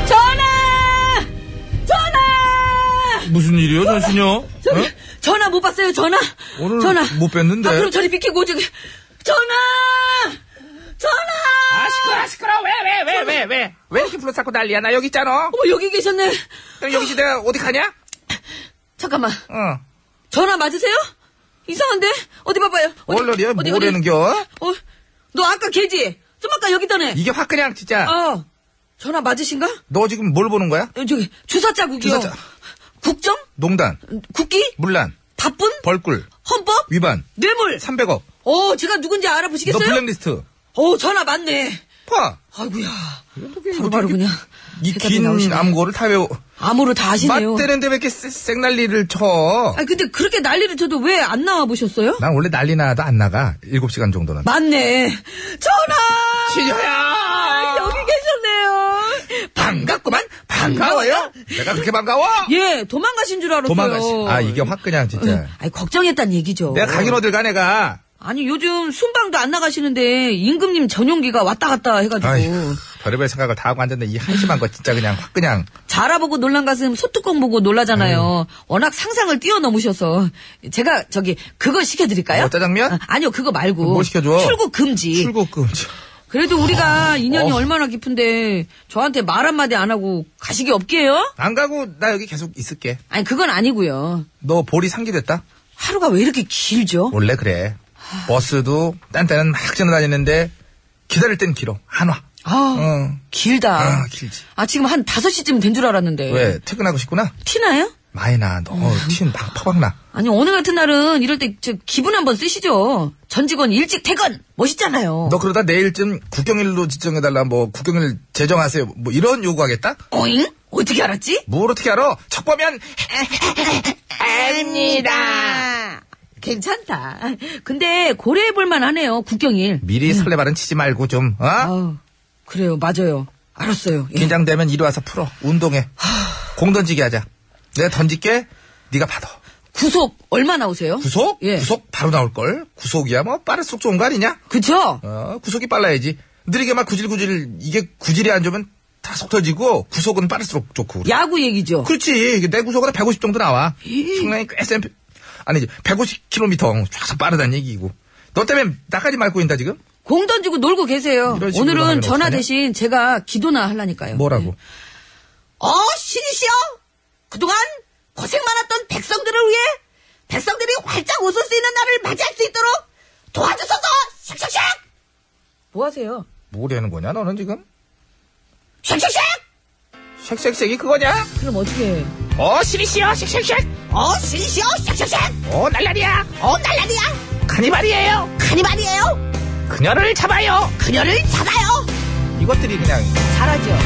Speaker 4: 전화! 전화!
Speaker 5: 무슨 일이요, 전신요? 어?
Speaker 4: 전화!
Speaker 1: 어?
Speaker 4: 전화 못 봤어요, 전화!
Speaker 5: 오늘
Speaker 4: 전화!
Speaker 5: 못 뵀는데.
Speaker 4: 아, 그럼 저리 비키고, 저기, 전화! 전화!
Speaker 1: 아 시끄러 아 시끄러 왜 왜 왜 왜 왜 왜 이렇게 불러싸고 난리야 나 여기 있잖아
Speaker 4: 어머, 여기 계셨네.
Speaker 1: 그럼 여기 시대 어디 가냐
Speaker 4: 잠깐만.
Speaker 1: 어
Speaker 4: 전화 맞으세요? 이상한데? 어디 봐봐요. 어디,
Speaker 1: 월요일이야
Speaker 4: 어디,
Speaker 1: 뭐라는겨
Speaker 4: 어디? 어, 너 아까 걔지? 좀 아까 여기다네.
Speaker 1: 이게 확 그냥 진짜
Speaker 4: 아, 전화 맞으신가?
Speaker 1: 너 지금 뭘 보는 거야
Speaker 4: 어, 저기, 주사 자국이요.
Speaker 1: 주사 자-
Speaker 4: 국정?
Speaker 1: 농단
Speaker 4: 국기?
Speaker 1: 물란
Speaker 4: 바쁜?
Speaker 1: 벌꿀
Speaker 4: 헌법?
Speaker 1: 위반
Speaker 4: 뇌물?
Speaker 1: 300억
Speaker 4: 어, 제가 누군지
Speaker 1: 너
Speaker 4: 알아보시겠어요?
Speaker 1: 블랙리스트
Speaker 4: 어, 전화 맞네.
Speaker 1: 파
Speaker 4: 아이고야. 바로 바로 그냥. 대답이
Speaker 1: 이긴
Speaker 4: 나오시네.
Speaker 1: 암고를 다 외워
Speaker 4: 암호를 다 아시네요.
Speaker 1: 맞대는데 왜 이렇게 쌩난리를 쳐?
Speaker 4: 아 근데 그렇게 난리를 쳐도 왜 안 나와 보셨어요?
Speaker 1: 난 원래 난리 나도 안 나가. 7시간 정도는.
Speaker 4: 맞네. 전화!
Speaker 1: 진효야!
Speaker 4: 아, 여기 계셨네요.
Speaker 1: 반갑구만! 반가워요! 내가 그렇게 반가워!
Speaker 4: 예, 도망가신 줄 알았어요.
Speaker 1: 도망가시. 아, 이게 확 그냥 진짜.
Speaker 4: 아니, 걱정했단 얘기죠.
Speaker 1: 내가 가긴 어딜 가, 내가.
Speaker 4: 아니, 요즘 순방도 안 나가시는데, 임금님 전용기가 왔다 갔다 해가지고.
Speaker 1: 아이 별의별 생각을 다 하고 앉았는데 이 한심한 거 진짜 그냥 확 그냥.
Speaker 4: 자라보고 놀란 가슴 소뚜껑 보고 놀라잖아요.
Speaker 1: 네.
Speaker 4: 워낙 상상을 뛰어넘으셔서 제가 저기 그거 시켜드릴까요?
Speaker 1: 뭐, 짜장면?
Speaker 4: 아, 아니요 그거 말고
Speaker 1: 뭐 시켜줘?
Speaker 4: 출국 금지.
Speaker 1: 출국금. 그 아, 어.
Speaker 4: 그래도 우리가 인연이 얼마나 깊은데 저한테 말 한마디 안 하고 가시기 없게요?
Speaker 1: 안 가고 나 여기 계속 있을게.
Speaker 4: 아니 그건 아니고요.
Speaker 1: 너 볼이 상기됐다?
Speaker 4: 하루가 왜 이렇게 길죠?
Speaker 1: 원래 그래. 버스도 딴 때는 막 지나다니는데 기다릴 땐 길어. 안 와.
Speaker 4: 아
Speaker 1: 응.
Speaker 4: 길다.
Speaker 1: 아, 길지.
Speaker 4: 아, 지금 한 5시쯤 된 줄 알았는데.
Speaker 1: 왜? 퇴근하고 싶구나?
Speaker 4: 티나요?
Speaker 1: 많이 나. 너티막 퍼박나.
Speaker 4: 아니 오늘 같은 날은 이럴 때 저 기분 한번 쓰시죠. 전 직원 일찍 퇴근 멋있잖아요.
Speaker 1: 너 그러다 내일쯤 국경일로 지정해달라, 뭐, 국경일 제정하세요. 뭐, 이런 요구하겠다?
Speaker 4: 어잉? 어떻게 알았지?
Speaker 1: 뭘 어떻게 알아? 척보면,
Speaker 4: 입니다. 괜찮다. 근데 고려해볼만 하네요. 국경일.
Speaker 1: 미리 설레발은 치지 말고 좀, 어?
Speaker 4: 아우, 그래요. 맞아요. 알았어요. 예.
Speaker 1: 긴장되면 이리 와서 풀어. 운동해. 공 던지게 하자. 내가 던질게. 네가 받아.
Speaker 4: 구속 얼마 나오세요?
Speaker 1: 구속?
Speaker 4: 예.
Speaker 1: 구속 바로 나올걸? 구속이야, 뭐, 빠를수록 좋은 거 아니냐?
Speaker 4: 그쵸?
Speaker 1: 어, 구속이 빨라야지. 느리게 막 구질구질, 이게 구질이 안 좋으면 다 속 터지고, 구속은 빠를수록 좋고. 그래.
Speaker 4: 야구 얘기죠.
Speaker 1: 그렇지. 이게 내 구속으로 150 정도 나와. 상당히 꽤 센, 편- 아니지. 150km 쫙 빠르다는 얘기고. 너 때문에 나까지 맑고 있다, 지금?
Speaker 4: 공 던지고 놀고 계세요.
Speaker 1: 이런 식으로 하면
Speaker 4: 오늘은 전화
Speaker 1: 어떡하냐?
Speaker 4: 대신 제가 기도나 하려니까요.
Speaker 1: 뭐라고?
Speaker 3: 어, 신이시여? 그동안 고생 많았던 백성들을 위해 백성들이 활짝 웃을 수 있는 날을 맞이할 수 있도록 도와주소서! 샥샥샥!
Speaker 14: 뭐 하세요?
Speaker 1: 뭐라는 거냐 너는 지금?
Speaker 3: 샥샥샥!
Speaker 1: 색색색이 그거냐?
Speaker 14: 그럼 어떻게 해?
Speaker 1: 어 신이시여 색색색
Speaker 3: 어, 신이시여? 샥샥샥!
Speaker 1: 어 날라리야
Speaker 3: 어, 날라리야!
Speaker 1: 카니발이에요
Speaker 3: 카니발이에요!
Speaker 1: 그녀를 잡아요
Speaker 3: 그녀를 잡아요!
Speaker 1: 이것들이 그냥
Speaker 14: 잘하죠?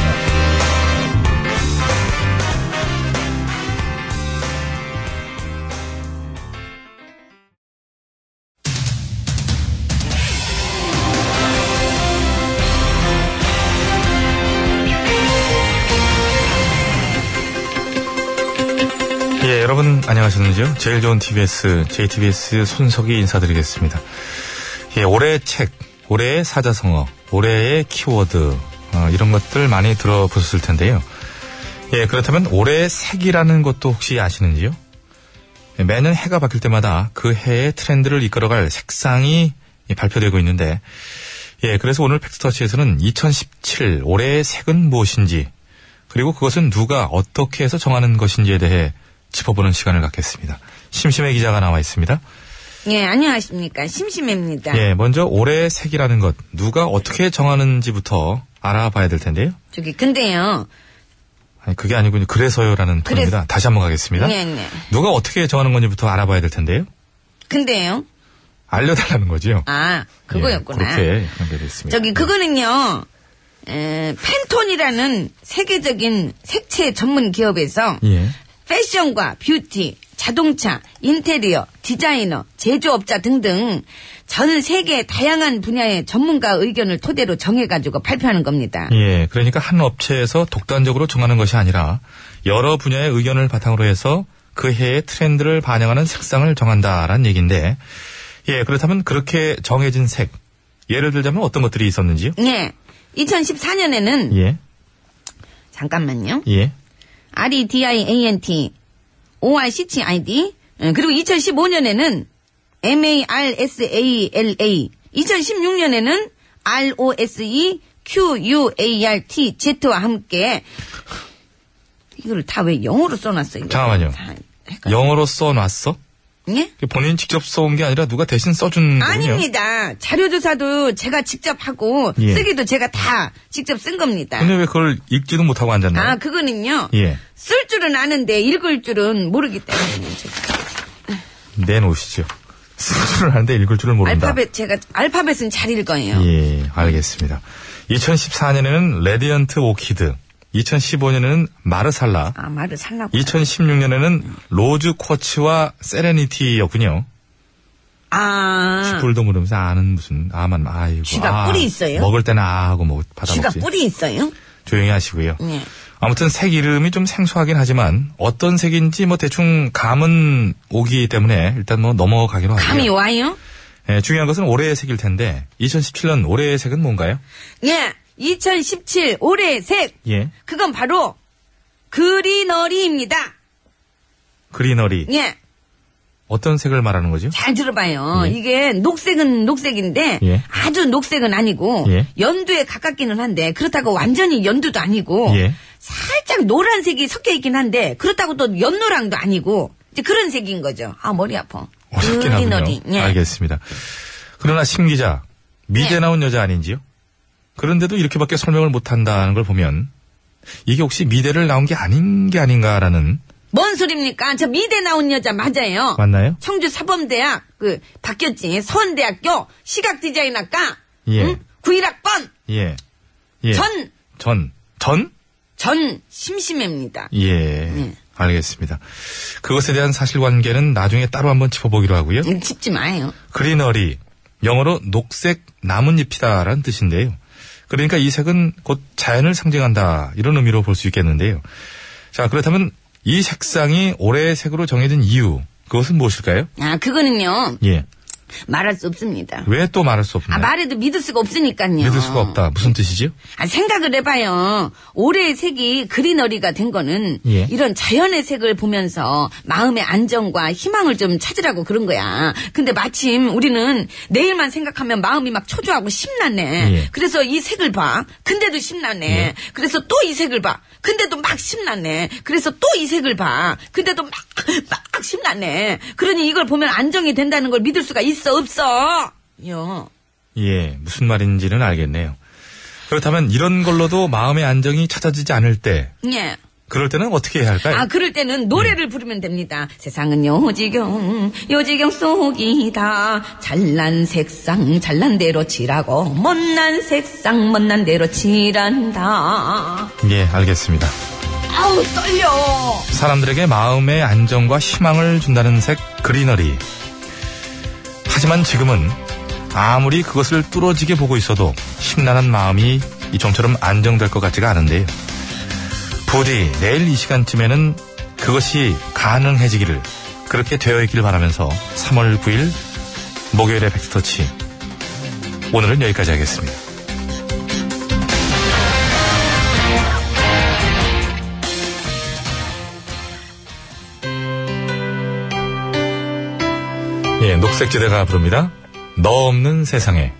Speaker 5: 예, 여러분 안녕하셨는지요? 제일 좋은 TBS, JTBS 손석희 인사드리겠습니다. 예, 올해의 책, 올해의 사자성어, 올해의 키워드 어, 이런 것들 많이 들어보셨을 텐데요. 예, 그렇다면 올해의 색이라는 것도 혹시 아시는지요? 예, 매년 해가 바뀔 때마다 그 해의 트렌드를 이끌어갈 색상이 예, 발표되고 있는데, 예, 그래서 오늘 팩스터치에서는 2017 올해의 색은 무엇인지 그리고 그것은 누가 어떻게 해서 정하는 것인지에 대해 짚어보는 시간을 갖겠습니다. 심심해 기자가 나와 있습니다.
Speaker 4: 예, 안녕하십니까. 심심해입니다.
Speaker 5: 예, 먼저 올해의 색이라는 것 누가 어떻게 정하는지부터 알아봐야 될 텐데요.
Speaker 4: 저기, 근데요.
Speaker 5: 아니, 그게 아니군요. 그래서요라는 톤입니다. 다시 한번 가겠습니다.
Speaker 4: 예, 예.
Speaker 5: 누가 어떻게 정하는 건지부터 알아봐야 될 텐데요.
Speaker 4: 근데요.
Speaker 5: 알려달라는 거지요.
Speaker 4: 아, 그거였구나.
Speaker 5: 예, 그렇게 연결이 있습니다.
Speaker 4: 저기, 그거는요. 에, 팬톤이라는 세계적인 색채 전문 기업에서
Speaker 5: 예.
Speaker 4: 패션과 뷰티, 자동차, 인테리어, 디자이너, 제조업자 등등 전 세계 다양한 분야의 전문가 의견을 토대로 정해가지고 발표하는 겁니다.
Speaker 5: 예, 그러니까 한 업체에서 독단적으로 정하는 것이 아니라 여러 분야의 의견을 바탕으로 해서 그 해의 트렌드를 반영하는 색상을 정한다라는 얘기인데, 예, 그렇다면 그렇게 정해진 색, 예를 들자면 어떤 것들이 있었는지요?
Speaker 4: 예. 2014년에는
Speaker 5: 예,
Speaker 4: 잠깐만요.
Speaker 5: 예,
Speaker 4: E REDIANT, ORCTID, 예, 그리고 2015년에는 MARSALA, 2016년에는 ROSE, QUART, Z와 함께, 이걸 다 왜 영어로 써놨어, 이거?
Speaker 5: 잠깐만요. 영어로 써놨어?
Speaker 4: 예?
Speaker 5: 본인 직접 써온 게 아니라 누가 대신 써준 거군요.
Speaker 4: 아닙니다. 자료조사도 제가 직접 하고,
Speaker 5: 예.
Speaker 4: 쓰기도 제가 다 직접 쓴 겁니다.
Speaker 5: 근데 왜 그걸 읽지도 못하고 앉았나요?
Speaker 4: 아, 그거는요.
Speaker 5: 예,
Speaker 4: 쓸 줄은 아는데 읽을 줄은 모르기 때문에
Speaker 5: 내놓으시죠. 쓸 줄을 아는데 읽을 줄을 모른다.
Speaker 4: 알파벳 제가 알파벳은 잘 읽어요.
Speaker 5: 예, 알겠습니다. 2014년에는 레디언트 오키드, 2015년에는 마르살라,
Speaker 4: 아 말을 살라고.
Speaker 5: 2016년에는 로즈 쿼츠와 세레니티였군요.
Speaker 4: 아
Speaker 5: 뿔도 물으면서 아는 무슨 아만 아이고.
Speaker 4: 쥐가
Speaker 5: 아,
Speaker 4: 뿔이 있어요?
Speaker 5: 먹을 때는 아 하고 먹 받아
Speaker 4: 쥐가
Speaker 5: 먹지.
Speaker 4: 뿔이 있어요?
Speaker 5: 조용히 하시고요.
Speaker 4: 예.
Speaker 5: 아무튼 색 이름이 좀 생소하긴 하지만 어떤 색인지 뭐 대충 감은 오기 때문에 일단 뭐 넘어가기로 하고요.
Speaker 4: 감이 와요?
Speaker 5: 예, 중요한 것은 올해의 색일 텐데 2017년 올해의 색은 뭔가요?
Speaker 4: 예. 2017 올해의 색
Speaker 5: 예.
Speaker 4: 그건 바로 그리너리입니다.
Speaker 5: 그리너리.
Speaker 4: 예.
Speaker 5: 어떤 색을 말하는 거죠?
Speaker 4: 잘 들어봐요.
Speaker 5: 예.
Speaker 4: 이게 녹색은 녹색인데
Speaker 5: 예.
Speaker 4: 아주 녹색은 아니고
Speaker 5: 예.
Speaker 4: 연두에 가깝기는 한데 그렇다고 완전히 연두도 아니고
Speaker 5: 예.
Speaker 4: 살짝 노란색이 섞여 있긴 한데 그렇다고 또 연노랑도 아니고 이제 그런 색인 거죠. 아 머리 아파.
Speaker 5: 어렵긴 하군요.
Speaker 4: 어린어린. 예.
Speaker 5: 알겠습니다. 그러나 심 기자 미제 나온 여자 아닌지요? 그런데도 이렇게밖에 설명을 못한다는 걸 보면 이게 혹시 미대를 나온 게 아닌 게 아닌가라는
Speaker 4: 뭔 소리입니까? 저 미대 나온 여자 맞아요.
Speaker 5: 맞나요?
Speaker 4: 청주 사범대학 그 바뀌었지 서원대학교 시각디자인학과
Speaker 5: 예,
Speaker 4: 91학번
Speaker 5: 예, 예.
Speaker 4: 전
Speaker 5: 전, 전?
Speaker 4: 전 심심해입니다.
Speaker 5: 예,
Speaker 4: 네.
Speaker 5: 알겠습니다. 그것에 대한 사실관계는 나중에 따로 한번 짚어보기로 하고요.
Speaker 4: 음, 짚지 마요.
Speaker 5: 그리너리, 영어로 녹색 나뭇잎이다라는 뜻인데요. 그러니까 이 색은 곧 자연을 상징한다 이런 의미로 볼 수 있겠는데요. 자 그렇다면 이 색상이 올해의 색으로 정해진 이유 그것은 무엇일까요?
Speaker 4: 아 그거는요
Speaker 5: 예,
Speaker 15: 말할 수 없습니다.
Speaker 5: 왜 또 말할 수 없나?
Speaker 15: 아, 말해도 믿을 수가 없으니까요.
Speaker 5: 네. 믿을 수가 없다. 무슨 뜻이지요?
Speaker 15: 아, 생각을 해봐요. 올해의 색이 그린어리가 된 거는
Speaker 5: 예.
Speaker 15: 이런 자연의 색을 보면서 마음의 안정과 희망을 좀 찾으라고 그런 거야. 근데 마침 우리는 내일만 생각하면 마음이 막 초조하고 심란해.
Speaker 16: 예.
Speaker 15: 그래서 이 색을 봐. 근데도 심란해.
Speaker 16: 예.
Speaker 15: 그래서 또 이 색을 봐. 근데도 막 심란해. 그래서 또 이 색을 봐. 근데도 막, 막 심란해. 그러니 이걸 보면 안정이 된다는 걸 믿을 수가 있어, 없어? 요.
Speaker 5: 예, 무슨 말인지는 알겠네요. 그렇다면 이런 걸로도 마음의 안정이 찾아지지 않을 때,
Speaker 15: 예.
Speaker 5: 그럴 때는 어떻게 해야 할까요?
Speaker 15: 아, 그럴 때는 노래를 부르면 됩니다. 세상은 요지경, 요지경 속이다. 잘난 색상, 잘난 대로 칠하고, 못난 색상, 못난 대로 칠한다.
Speaker 5: 예, 알겠습니다.
Speaker 15: 아우, 떨려.
Speaker 5: 사람들에게 마음의 안정과 희망을 준다는 색 그리너리. 하지만 지금은 아무리 그것을 뚫어지게 보고 있어도 심란한 마음이 이 좀처럼 안정될 것 같지가 않은데요. 부디 내일 이 시간쯤에는 그것이 가능해지기를 그렇게 되어 있길 바라면서 3월 9일 목요일의 백스터치 오늘은 여기까지 하겠습니다. 예, 녹색지대가 부릅니다. 너 없는 세상에.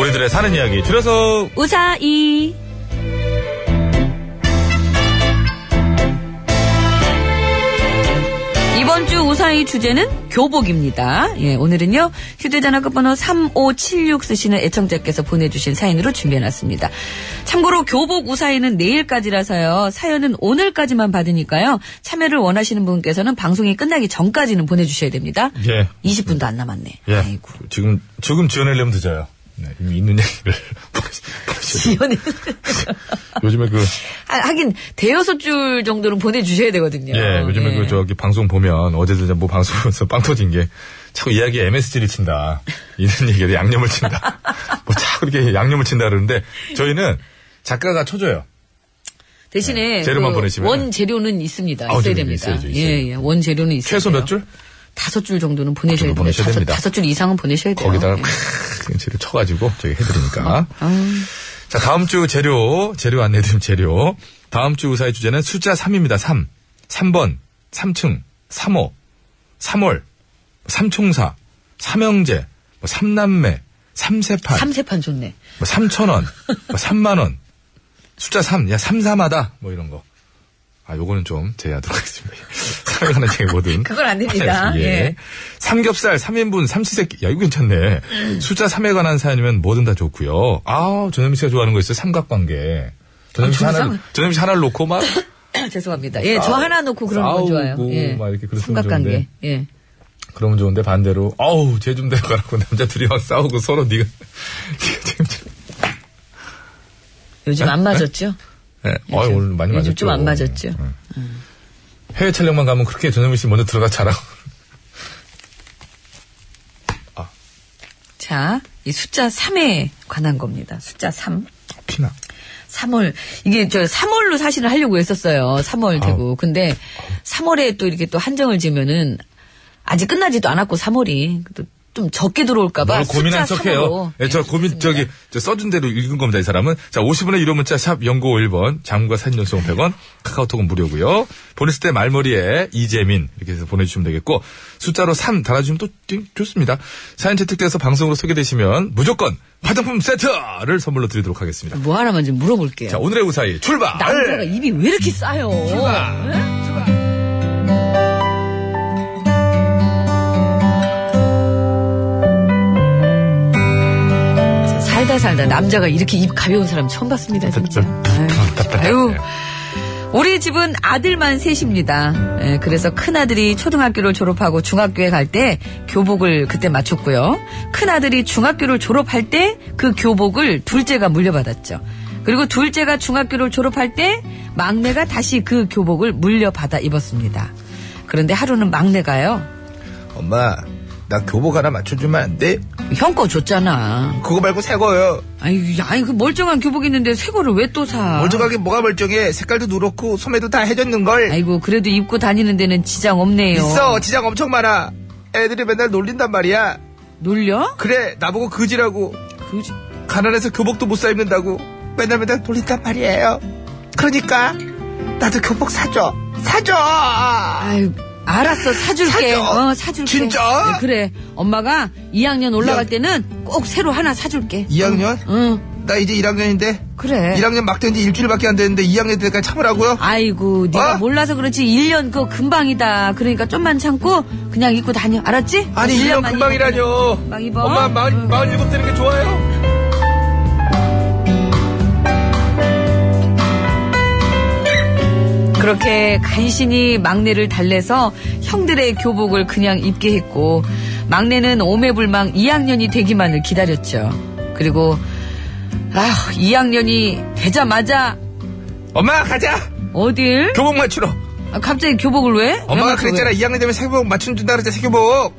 Speaker 5: 우리들의 사는 이야기 줄여서
Speaker 16: 우사이.
Speaker 4: 이번 주 우사의 주제는 교복입니다. 예, 오늘은요, 휴대전화 끝번호 3576 쓰시는 애청자께서 보내주신 사연으로 준비해놨습니다. 참고로 교복 우사의는 내일까지라서요, 사연은 오늘까지만 받으니까요, 참여를 원하시는 분께서는 방송이 끝나기 전까지는 보내주셔야 됩니다.
Speaker 5: 예.
Speaker 4: 20분도 안 남았네.
Speaker 5: 예. 지금 지금 지어내려면 늦어요. 네, 이미 있는 얘기를
Speaker 4: 지연이.
Speaker 5: 요즘에 그
Speaker 4: 아, 하긴, 대여섯 줄 정도는 보내주셔야 되거든요.
Speaker 5: 예, 요즘에 그 저기 방송 보면 어제도 이제 뭐 방송에서 빵 터진 게 자꾸 이야기 MSG를 친다. 이런 얘기에 양념을 친다. 뭐 자꾸 이렇게 양념을 친다 그러는데 저희는 작가가 쳐줘요.
Speaker 4: 대신에
Speaker 5: 네.
Speaker 4: 그
Speaker 5: 재료만 보내시면은.
Speaker 4: 원 재료는 있습니다.
Speaker 5: 아,
Speaker 4: 있어야
Speaker 5: 재료는
Speaker 4: 됩니다.
Speaker 5: 있어야죠, 있어야죠.
Speaker 4: 예, 예. 원 재료는 있어요.
Speaker 5: 최소 몇 줄?
Speaker 4: 다섯 줄 정도는 보내셔야
Speaker 5: 그
Speaker 4: 됩니다.
Speaker 5: 정도 보내셔야
Speaker 4: 다섯,
Speaker 5: 됩니다.
Speaker 4: 다섯 줄 이상은 보내셔야 돼요. 예.
Speaker 5: 거기다가 크 재료 쳐가지고 저희 해드리니까. 자, 다음 주 재료, 재료 안내드림 재료. 다음 주 의사의 주제는 숫자 3입니다. 3. 3번, 3층, 3호, 3월, 삼총사, 삼형제, 뭐 삼남매, 삼세판,
Speaker 4: 삼세판 좋네.
Speaker 5: 뭐 삼천원, 뭐 삼만원. 숫자 3, 야, 삼사마다, 뭐 이런 거. 아, 요거는 좀 제외하도록 하겠습니다. 사랑하는 제 모든.
Speaker 4: 그건 안 됩니다.
Speaker 5: 예.
Speaker 4: 예.
Speaker 5: 삼겹살, 3인분, 삼시세끼. 야, 이거 괜찮네.
Speaker 4: 음.
Speaker 5: 숫자 3에 관한 사연이면 뭐든 다 좋고요. 아, 전현미 씨가 좋아하는 거 있어요. 삼각관계. 전현미 씨
Speaker 4: 아,
Speaker 5: 하나,
Speaker 4: 정상.
Speaker 5: 전현미 씨 하나를 놓고 막.
Speaker 4: 죄송합니다. 예, 저 하나 놓고 그런 건
Speaker 5: 싸우고
Speaker 4: 좋아요. 예.
Speaker 5: 막 이렇게 그랬으면
Speaker 4: 삼각관계.
Speaker 5: 좋은데.
Speaker 4: 예.
Speaker 5: 그러면 좋은데 반대로, 어우, 쟤 좀 데려가라고 남자 둘이 막 싸우고 서로 네가
Speaker 4: 요즘 안 맞았죠?
Speaker 5: 예, 어, 오늘 많이 맞았죠. 네.
Speaker 4: 요즘 좀 안 맞았죠?
Speaker 5: 해외 촬영만 가면 그렇게 전현미 씨 먼저 들어가 자라고.
Speaker 4: 자, 이 숫자 3에 관한 겁니다. 숫자 3.
Speaker 5: 피나.
Speaker 4: 3월 이게 저 3월로 사실을 하려고 했었어요.
Speaker 5: 아.
Speaker 4: 3월 되고 근데 3월에 또 이렇게 또 한정을 지면은 아직 끝나지도 않았고 3월이 좀 적게 들어올까봐
Speaker 5: 뭘 고민한
Speaker 4: 아, 숫자
Speaker 5: 척해요.
Speaker 4: 3으로. 네,
Speaker 5: 예, 저 고민 저기 저 써준 대로 읽은 겁니다. 이 사람은 자 50원의 유료 문자 샵 연구 51번 장과 사진 연속 100원 카카오톡은 무료고요. 보냈을 때 말머리에 이재민 이렇게 해서 보내주시면 되겠고 숫자로 3 달아주시면 또 띵- 좋습니다. 사연 채택돼서 방송으로 소개되시면 무조건 화장품 세트를 선물로 드리도록 하겠습니다.
Speaker 4: 뭐 하나만 좀 물어볼게요.
Speaker 5: 자 오늘의 우사히 출발.
Speaker 4: 남자가 입이 왜 이렇게 싸요? 네? 자, 살다 살다 남자가 이렇게 입 가벼운 사람 처음 봤습니다 진짜. 아유. 우리 집은 아들만 셋입니다. 예, 그래서 큰아들이 초등학교를 졸업하고 중학교에 갈 때 교복을 그때 맞췄고요. 큰아들이 중학교를 졸업할 때 그 교복을 둘째가 물려받았죠. 그리고 둘째가 중학교를 졸업할 때 막내가 다시 그 교복을 물려받아 입었습니다. 그런데 하루는 막내가요.
Speaker 1: 엄마, 나 교복 하나 맞춰주면 안 돼?
Speaker 11: 형 거 줬잖아.
Speaker 1: 그거 말고 새 거요.
Speaker 11: 아이, 아이, 그 멀쩡한 교복 있는데 새 거를 왜 또 사?
Speaker 1: 멀쩡하게 뭐가 멀쩡해. 색깔도 누렇고 소매도 다 해졌는걸.
Speaker 11: 아이고, 그래도 입고 다니는 데는 지장 없네요.
Speaker 1: 있어. 지장 엄청 많아. 애들이 맨날 놀린단 말이야.
Speaker 11: 놀려?
Speaker 1: 그래. 나보고 그지라고.
Speaker 11: 그지?
Speaker 1: 가난해서 교복도 못 사 입는다고. 맨날 맨날 놀린단 말이에요. 그러니까 나도 교복 사줘. 사줘.
Speaker 11: 아유, 알았어. 사줄게.
Speaker 1: 사줘.
Speaker 11: 어, 사줄게.
Speaker 1: 진짜?
Speaker 11: 네, 그래. 엄마가 2학년 올라갈 때는 꼭 새로 하나 사줄게.
Speaker 1: 2학년?
Speaker 11: 응.
Speaker 1: 나 이제 1학년인데.
Speaker 11: 그래.
Speaker 1: 1학년 막 된 지 일주일밖에 안 됐는데 2학년 때까지 참으라고요?
Speaker 11: 아이고, 네가
Speaker 1: 어?
Speaker 11: 몰라서 그렇지. 1년 그거 금방이다. 그러니까 좀만 참고 그냥 입고 다녀. 알았지?
Speaker 1: 아니, 1년 금방이라뇨.
Speaker 11: 막 입어.
Speaker 1: 엄마, 마흔, 마흔 일곱 되는 게 좋아요?
Speaker 11: 그렇게 간신히 막내를 달래서 형들의 교복을 그냥 입게 했고 막내는 오매불망 2학년이 되기만을 기다렸죠. 그리고 아휴 2학년이 되자마자
Speaker 1: 엄마, 가자!
Speaker 11: 어딜?
Speaker 1: 교복 맞추러.
Speaker 11: 아, 갑자기 교복을 왜? 왜
Speaker 1: 엄마가
Speaker 11: 맞춰,
Speaker 1: 그랬잖아.
Speaker 11: 왜?
Speaker 1: 2학년 되면 새교복 맞춤준다 그랬잖아, 새교복.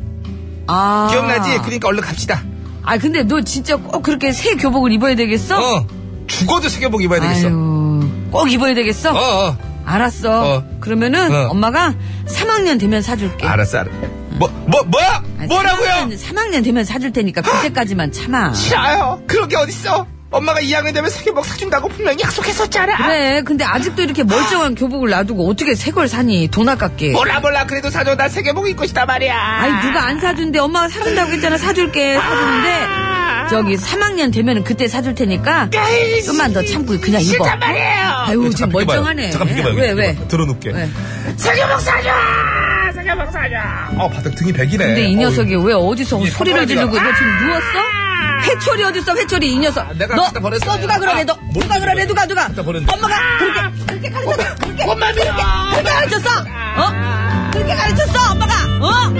Speaker 11: 아
Speaker 1: 기억나지? 그러니까 얼른 갑시다.
Speaker 11: 아 근데 너 진짜 꼭 그렇게 새 교복을 입어야 되겠어?
Speaker 1: 어. 죽어도 새교복 입어야 되겠어.
Speaker 11: 아유, 꼭 입어야 되겠어?
Speaker 1: 어, 어.
Speaker 11: 알았어.
Speaker 1: 어.
Speaker 11: 그러면은
Speaker 1: 어.
Speaker 11: 엄마가 3학년 되면 사줄게.
Speaker 1: 알았어, 알았어. 뭐, 뭐, 뭐야?
Speaker 11: 아니,
Speaker 1: 뭐라고요?
Speaker 11: 3학년, 3학년 되면 사줄 테니까 그때까지만 참아.
Speaker 1: 싫어요. 그런 게 어딨어? 엄마가 2학년 되면 새교복 사준다고 분명히 약속했었잖아.
Speaker 11: 그래. 근데 아직도 이렇게 멀쩡한 교복을 놔두고 어떻게 새 걸 사니? 돈 아깝게.
Speaker 1: 몰라, 몰라. 그래도 사줘. 나 새교복 입고 싶단 말이야.
Speaker 11: 아니 누가 안 사준대. 엄마가 사준다고 했잖아. 사줄게. 사주는데 저기 3학년 되면은 그때 사줄 테니까 좀만 더 참고 그냥 입어.
Speaker 1: 싫단 말이에요.
Speaker 11: 아유 지금
Speaker 5: 비켜봐요.
Speaker 11: 멀쩡하네.
Speaker 5: 잠깐 비켜봐요.
Speaker 11: 왜 왜?
Speaker 5: 들어놓게.
Speaker 11: 왜?
Speaker 1: 새교복 사줘! 새교복 사줘!
Speaker 5: 아, 바닥 등이 백이네.
Speaker 11: 근데 이 녀석이 왜 어디서
Speaker 5: 이게
Speaker 11: 소리를
Speaker 5: 손가락이야. 아!
Speaker 11: 지르고 너 지금 누웠어? 회초리 어딨어 회초리 이 녀석
Speaker 1: 내가
Speaker 11: 너,
Speaker 1: 갖다 버렸어.
Speaker 11: 너 누가 그러네 너
Speaker 1: 뭘
Speaker 11: 누가 그러네 누가 누가
Speaker 5: 버렸네. 아!
Speaker 11: 엄마가 그렇게 그렇게 가르쳤어 그렇게 그렇게 그렇게 가르쳤어
Speaker 5: 아!
Speaker 11: 어? 그렇게 가르쳤어 엄마가 어?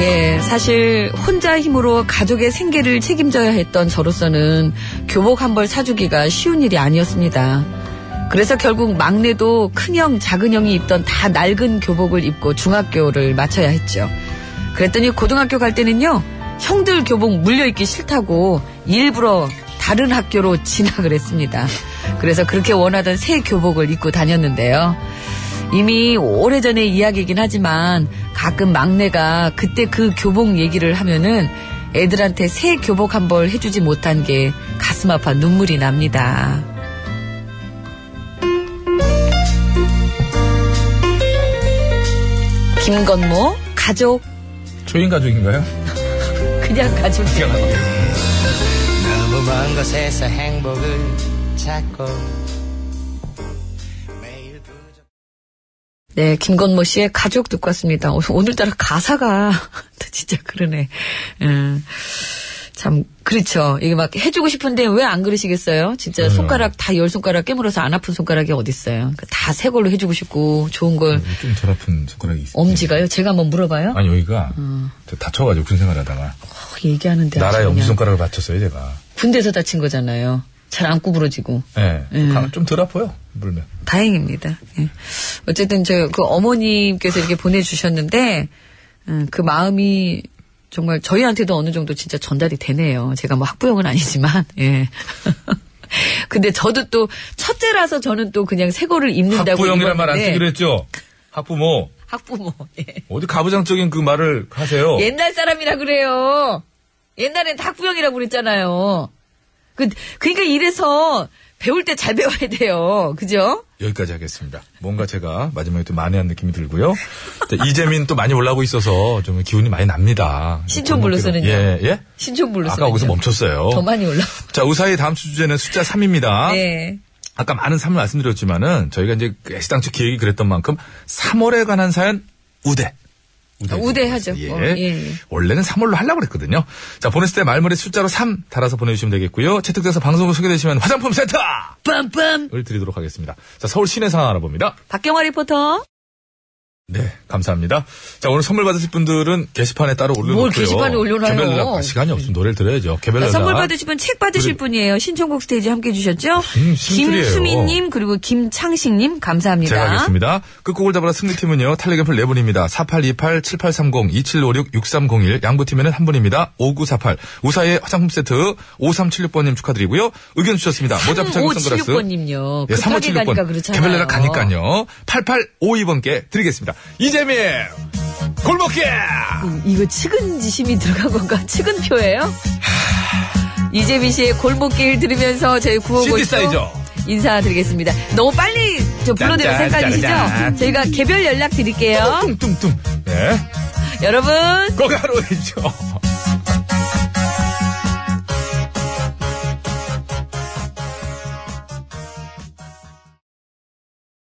Speaker 11: 예, 사실 혼자 힘으로 가족의 생계를 책임져야 했던 저로서는 교복 한 벌 사주기가 쉬운 일이 아니었습니다. 그래서 결국 막내도 큰형, 작은형이 입던 다 낡은 교복을 입고 중학교를 마쳐야 했죠. 그랬더니 고등학교 갈 때는요, 형들 교복 물려입기 싫다고 일부러 다른 학교로 진학을 했습니다. 그래서 그렇게 원하던 새 교복을 입고 다녔는데요. 이미 오래전의 이야기이긴 하지만 가끔 막내가 그때 그 교복 얘기를 하면은 애들한테 새 교복 한 벌 해주지 못한 게 가슴 아파 눈물이 납니다. 김건모 가족
Speaker 5: 초인 가족인가요?
Speaker 11: 그냥 가족
Speaker 17: 너무 먼 곳에서 행복을 찾고 그
Speaker 11: 네 김건모 씨의 가족 듣고 왔습니다 어, 오늘따라 가사가 진짜 그러네 음, 참 그렇죠 이게 막 해주고 싶은데 왜 안 그러시겠어요
Speaker 17: 네.
Speaker 11: 진짜 손가락 다 열 손가락 깨물어서 안 아픈 손가락이 어딨어요 그러니까 다 새 걸로 해주고 싶고 좋은 걸
Speaker 5: 좀 덜 아픈 손가락이 있어.
Speaker 11: 엄지가요 제가 한번 물어봐요 음.
Speaker 5: 아니, 여기가 저 다쳐가지고 군 생활하다가
Speaker 11: 어, 얘기하는데 아주
Speaker 5: 나라의
Speaker 11: 그냥
Speaker 5: 엄지손가락을 다쳤어요, 제가.
Speaker 11: 군대에서 다친 거잖아요 잘 안 구부러지고
Speaker 5: 예.
Speaker 11: 음.
Speaker 5: 좀 덜 아파요, 물면.
Speaker 11: 다행입니다. 예. 어쨌든 저 그 어머님께서 이렇게 보내주셨는데 음, 그 마음이 정말 저희한테도 어느 정도 진짜 전달이 되네요. 제가 뭐 학부형은 아니지만 예. 근데 저도 또 첫째라서 저는 또 그냥 새 거를 입는다고
Speaker 5: 학부형이란 말 안
Speaker 11: 입었는데
Speaker 5: 쓰기로 했죠? 학부모.
Speaker 11: 학부모 예.
Speaker 5: 어디 가부장적인 그 말을 하세요.
Speaker 11: 옛날 사람이라 그래요. 옛날엔 다 학부형이라고 그랬잖아요. 그 그러니까 이래서 배울 때 잘 배워야 돼요. 그죠?
Speaker 5: 여기까지 하겠습니다. 뭔가 제가 마지막에 또 만회한 느낌이 들고요. 또 이재민 또 많이 올라오고 있어서 좀 기운이 많이 납니다.
Speaker 11: 신촌 블루스는요?
Speaker 5: 예, 예.
Speaker 11: 신촌 블루스
Speaker 5: 아까 거기서 멈췄어요.
Speaker 11: 더 많이 올라.
Speaker 5: 자, 우사의 다음 주 주제는 숫자 3입니다.
Speaker 11: 네.
Speaker 5: 아까 많은 사을 말씀드렸지만은 저희가 이제 시당초 기획이 그랬던 만큼 3월에 관한 사연 우대.
Speaker 11: 아, 우대하죠.
Speaker 5: 예.
Speaker 11: 어, 예, 예.
Speaker 5: 원래는 3월로 하려고 그랬거든요. 자, 보냈을 때 말머리 숫자로 3 달아서 보내주시면 되겠고요. 채택돼서 방송으로 소개되시면 화장품 세트!
Speaker 11: 빰빰!
Speaker 5: 을 드리도록 하겠습니다. 자, 서울 시내 상황 알아봅니다.
Speaker 11: 박경화 리포터.
Speaker 5: 네, 감사합니다. 자, 오늘 선물 받으실 분들은 게시판에 따로 올려놓고요.
Speaker 11: 뭘 게시판에 올려놔요?
Speaker 5: 개별 연락, 아, 시간이 없으면 노래를 들어야죠. 개별
Speaker 11: 자,
Speaker 5: 연락.
Speaker 11: 선물 받으실 분 책 받으실 분이에요. 신청곡 스테이지 함께 해주셨죠?
Speaker 5: 음, 심술이에요.
Speaker 11: 김수민님 그리고 김창식님 감사합니다.
Speaker 5: 제가 하겠습니다. 끝곡을 잡아라 승리팀은요. 탈레겐플 4분입니다. 4828, 7830, 2756, 6301. 양보팀에는 한 분입니다. 5948. 우사의 화장품 세트 5376번님 축하드리고요. 의견 주셨습니다. 모자
Speaker 11: 음,
Speaker 5: 부착용 선글라스.
Speaker 11: 3576번님요. 뭐
Speaker 5: 예,
Speaker 11: 급하게 가니까
Speaker 5: 3576번.
Speaker 11: 그렇잖아요.
Speaker 5: 개별 연락 가니까요. 8852번께 드리겠습니다. 이재미의 골목길!
Speaker 11: 어, 이- 이거 측은지심이 들어간 건가? 측은표예요? 이재민 씨의 골목길 들으면서 저희 구호고
Speaker 5: CD 사이죠.
Speaker 11: 인사드리겠습니다. 너무 빨리 저 불러드릴
Speaker 5: 짠짠,
Speaker 11: 생각이시죠?
Speaker 5: 짜라잔.
Speaker 11: 저희가 개별 연락 드릴게요.
Speaker 5: 뚱뚱뚱. 네.
Speaker 11: 여러분
Speaker 5: 꼭 하루 오십시오.